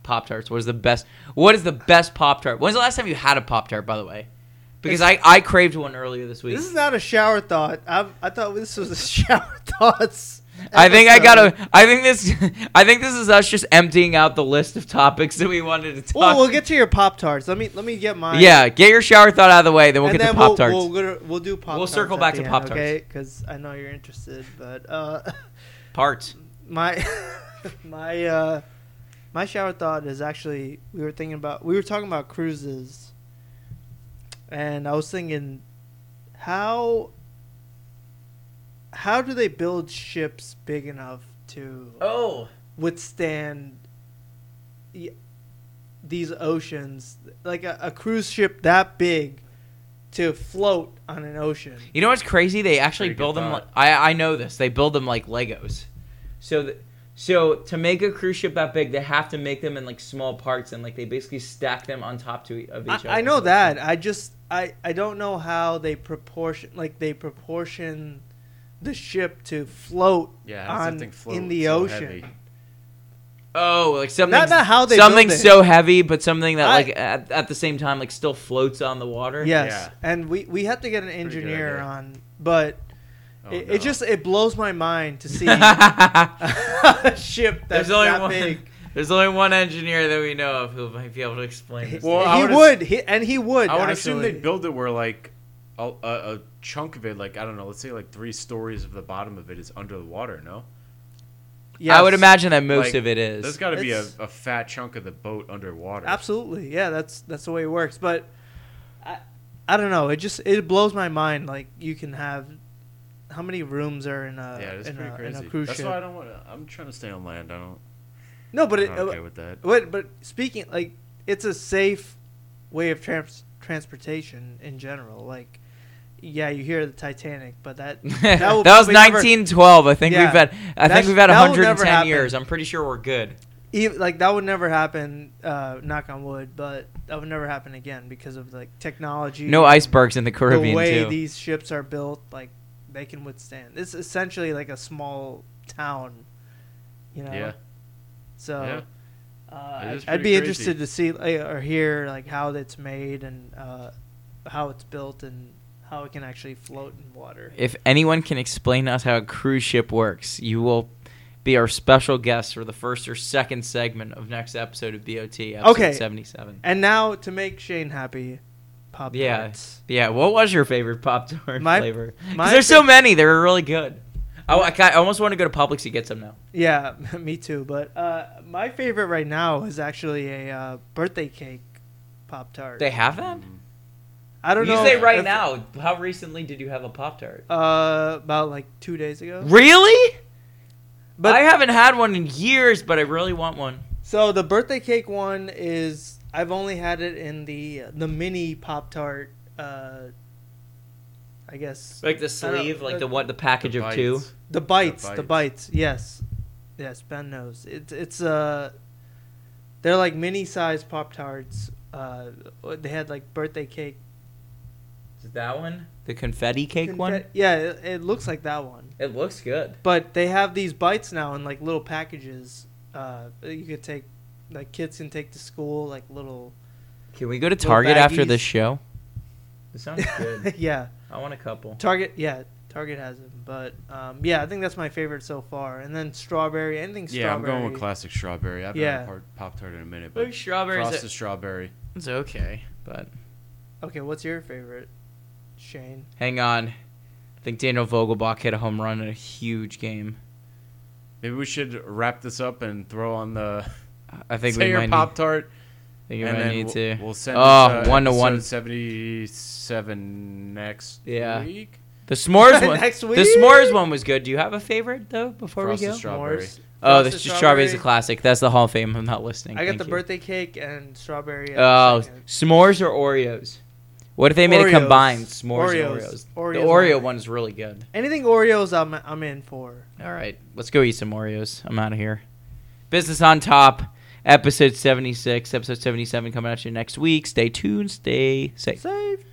[SPEAKER 4] Pop Tarts. What is the best? What is the best Pop Tart? When's the last time you had a Pop Tart? By the way, because I, I craved one earlier this week.
[SPEAKER 6] this is not a shower thought. I I thought this was a shower thoughts.
[SPEAKER 4] I think I
[SPEAKER 6] episode.
[SPEAKER 4] gotta. I think this. I think this is us just emptying out the list of topics that we wanted to talk.
[SPEAKER 6] Well, we'll get to your pop tarts. Let me let me get mine.
[SPEAKER 4] Yeah, get your shower thought out of the way, then we'll
[SPEAKER 6] and
[SPEAKER 4] get
[SPEAKER 6] then
[SPEAKER 4] to Pop Tarts.
[SPEAKER 6] We'll, we'll, go- we'll do Pop Tarts.
[SPEAKER 4] circle back to Pop Tarts.
[SPEAKER 6] Okay, because I know you're interested. But uh,
[SPEAKER 4] Parts.
[SPEAKER 6] my my uh, my shower thought is actually we were thinking about we were talking about cruises, and I was thinking how how do they build ships big enough to
[SPEAKER 4] Oh.
[SPEAKER 6] withstand y- these oceans like a, a cruise ship that big to float on an ocean
[SPEAKER 4] You know what's crazy? They actually
[SPEAKER 2] Pretty good
[SPEAKER 4] build them. Like,
[SPEAKER 2] thought.
[SPEAKER 4] I I know this. They build them like Legos. So th- so to make a cruise ship that big, they have to make them in like small parts, and like they basically stack them on top to e- of each
[SPEAKER 6] I,
[SPEAKER 4] other.
[SPEAKER 6] I know that i just I, I don't know how they proportion like they proportion the ship to float
[SPEAKER 2] Yeah, how does that
[SPEAKER 6] on,
[SPEAKER 2] thing float
[SPEAKER 6] in the
[SPEAKER 2] so
[SPEAKER 6] ocean
[SPEAKER 2] heavy?
[SPEAKER 4] Oh, like something.
[SPEAKER 6] Not- not how they build
[SPEAKER 4] something
[SPEAKER 6] it.
[SPEAKER 4] so heavy, but something that
[SPEAKER 6] I-
[SPEAKER 4] like at, at the same time like still floats on the water.
[SPEAKER 6] yes
[SPEAKER 2] Yeah.
[SPEAKER 6] and we, we have to get an engineer
[SPEAKER 2] idea.
[SPEAKER 6] on but
[SPEAKER 2] Oh,
[SPEAKER 6] it,
[SPEAKER 2] no.
[SPEAKER 6] it just it blows my mind to see a ship that's
[SPEAKER 4] There's only
[SPEAKER 6] that
[SPEAKER 4] one.
[SPEAKER 6] big
[SPEAKER 4] There's only one engineer that we know of who might be able to explain this.
[SPEAKER 2] Well, I
[SPEAKER 6] he
[SPEAKER 2] would've-
[SPEAKER 6] would, he, and he would.
[SPEAKER 2] I would assume
[SPEAKER 6] actually.
[SPEAKER 2] they'd build it where like a, a, a chunk of it, like I don't know, let's say like three stories of the bottom of it is under the water. No,
[SPEAKER 6] Yes.
[SPEAKER 4] I would imagine that most
[SPEAKER 2] Like,
[SPEAKER 4] of it is.
[SPEAKER 2] There's got to be a,
[SPEAKER 6] It's-
[SPEAKER 2] a fat chunk of the boat underwater.
[SPEAKER 6] Absolutely, yeah. That's that's the way it works. But I, I don't know. It just it blows my mind. Like you can have how many rooms are in a
[SPEAKER 2] Yeah, it's
[SPEAKER 6] in,
[SPEAKER 2] pretty
[SPEAKER 6] a, in
[SPEAKER 2] crazy.
[SPEAKER 6] a cruise
[SPEAKER 2] That's
[SPEAKER 6] ship?
[SPEAKER 2] why I don't want. to I'm trying to stay on land. I don't.
[SPEAKER 6] no, but
[SPEAKER 2] I'm
[SPEAKER 6] it,
[SPEAKER 2] not okay
[SPEAKER 6] uh,
[SPEAKER 2] with that.
[SPEAKER 6] what? But speaking like it's a safe way of trans- transportation in general. Like yeah, you hear the Titanic, but that that,
[SPEAKER 4] that,
[SPEAKER 6] will
[SPEAKER 4] was
[SPEAKER 6] probably never-
[SPEAKER 4] 1912. I think
[SPEAKER 6] Yeah.
[SPEAKER 4] we've had. I
[SPEAKER 6] That's-
[SPEAKER 4] think we've had
[SPEAKER 6] that will never
[SPEAKER 4] 110
[SPEAKER 6] happen.
[SPEAKER 4] years. I'm pretty sure we're good.
[SPEAKER 6] ev- e, like that would never happen. Uh, knock on wood, but that would never happen again because of like technology.
[SPEAKER 4] No icebergs in the
[SPEAKER 6] the
[SPEAKER 4] Caribbean
[SPEAKER 6] way
[SPEAKER 4] too.
[SPEAKER 6] these ships are built, like they can withstand. It's essentially like a small town, you know.
[SPEAKER 2] Yeah.
[SPEAKER 6] So
[SPEAKER 2] Yeah.
[SPEAKER 6] uh,
[SPEAKER 2] It
[SPEAKER 6] I-
[SPEAKER 2] is
[SPEAKER 6] I'd
[SPEAKER 2] pretty
[SPEAKER 6] be
[SPEAKER 2] crazy.
[SPEAKER 6] interested to see like, or hear like how it's made and uh, how it's built and how it can actually float in water.
[SPEAKER 4] if anyone can explain to us how a cruise ship works, you will be our special guest for the first or second segment of next episode of BOT. Episode
[SPEAKER 6] Okay.
[SPEAKER 4] 77.
[SPEAKER 6] And now to make Shane happy, pop
[SPEAKER 4] Yeah.
[SPEAKER 6] tarts.
[SPEAKER 4] Yeah. What was your favorite Pop Tart
[SPEAKER 6] My-
[SPEAKER 4] flavor? 'Cause
[SPEAKER 6] my
[SPEAKER 4] there's so
[SPEAKER 6] fa-
[SPEAKER 4] many. They're really good. I, I, ca- I almost want to go to Publix to get some now.
[SPEAKER 6] Yeah, me too. But uh, my favorite right now is actually a uh, birthday cake pop tart.
[SPEAKER 4] They have that.
[SPEAKER 6] I don't
[SPEAKER 4] You
[SPEAKER 6] know
[SPEAKER 4] say right
[SPEAKER 6] if-
[SPEAKER 4] now. How recently did you have a Pop Tart?
[SPEAKER 6] Uh, about like two days ago.
[SPEAKER 4] Really?
[SPEAKER 6] But-
[SPEAKER 4] I haven't had one in years, but I really want one.
[SPEAKER 6] So the birthday cake one is I've only had it in the the mini pop tart. Uh, I guess
[SPEAKER 4] Like the
[SPEAKER 6] I don't-
[SPEAKER 4] sleeve, like
[SPEAKER 6] uh,
[SPEAKER 4] the what, the package of two.
[SPEAKER 2] bites.
[SPEAKER 6] the bites, the
[SPEAKER 2] the
[SPEAKER 6] bites. Yes, yes. Ben knows. It's it's uh, they're like mini sized pop tarts. Uh, they had like birthday cake.
[SPEAKER 4] Is that one? The confetti cake one.
[SPEAKER 6] confet- Yeah, it, it looks like that one.
[SPEAKER 4] It looks good.
[SPEAKER 6] But they have these bites now in like little packages. Uh, that you could take, like kids can take to school, like little.
[SPEAKER 4] Can we go to
[SPEAKER 6] Little
[SPEAKER 4] Target after
[SPEAKER 6] baggies.
[SPEAKER 4] this show? It sounds good.
[SPEAKER 6] yeah,
[SPEAKER 4] I want a couple.
[SPEAKER 6] Target. Yeah, Target has them. But um, yeah, I think that's my favorite so far. And then strawberry. Anything strawberry.
[SPEAKER 2] Yeah, I'm going with classic strawberry. I haven't
[SPEAKER 6] Yeah.
[SPEAKER 2] had a pop tart in a minute, but
[SPEAKER 4] Strawberries.
[SPEAKER 2] frosted strawberry.
[SPEAKER 4] It's okay, but
[SPEAKER 6] Okay, what's your favorite, Shane?
[SPEAKER 4] hang on. I think Daniel Vogelbach hit a home run in a huge game.
[SPEAKER 2] Maybe we should wrap this up and throw on the
[SPEAKER 4] I think
[SPEAKER 2] Say
[SPEAKER 4] we
[SPEAKER 2] your
[SPEAKER 4] might
[SPEAKER 2] Pop Tart.
[SPEAKER 4] need, think we
[SPEAKER 2] And
[SPEAKER 4] might
[SPEAKER 2] then
[SPEAKER 4] need
[SPEAKER 2] we'll,
[SPEAKER 4] to.
[SPEAKER 2] we'll send
[SPEAKER 4] oh,
[SPEAKER 2] this, uh,
[SPEAKER 4] one to
[SPEAKER 2] episode
[SPEAKER 4] one.
[SPEAKER 2] 77 next
[SPEAKER 4] Yeah.
[SPEAKER 2] week.
[SPEAKER 4] The s'mores one.
[SPEAKER 6] Next
[SPEAKER 4] The
[SPEAKER 6] week.
[SPEAKER 4] s'mores one was good. Do you have a favorite though? Before we
[SPEAKER 2] Frosted
[SPEAKER 4] go.
[SPEAKER 2] strawberry.
[SPEAKER 6] Morse.
[SPEAKER 4] Oh,
[SPEAKER 6] Frosted
[SPEAKER 4] this just strawberry is a
[SPEAKER 6] strawberry.
[SPEAKER 4] classic. That's the Hall of Fame. I'm not listening.
[SPEAKER 6] I got
[SPEAKER 4] Thank
[SPEAKER 6] the
[SPEAKER 4] you.
[SPEAKER 6] birthday cake and strawberry. as the
[SPEAKER 4] Oh,
[SPEAKER 6] second.
[SPEAKER 4] s'mores or Oreos? What if they made
[SPEAKER 6] Oreos.
[SPEAKER 4] it combined? S'mores and Oreos.
[SPEAKER 6] Oreos. Oreos
[SPEAKER 4] the
[SPEAKER 6] and
[SPEAKER 4] Oreo
[SPEAKER 6] Oreos.
[SPEAKER 4] one's really good.
[SPEAKER 6] anything Oreos, I'm I'm in for.
[SPEAKER 4] All right, let's go eat some Oreos. I'm out of here. Business on top, episode 76, episode 77 coming at you next week. Stay tuned, stay safe.
[SPEAKER 6] Safe.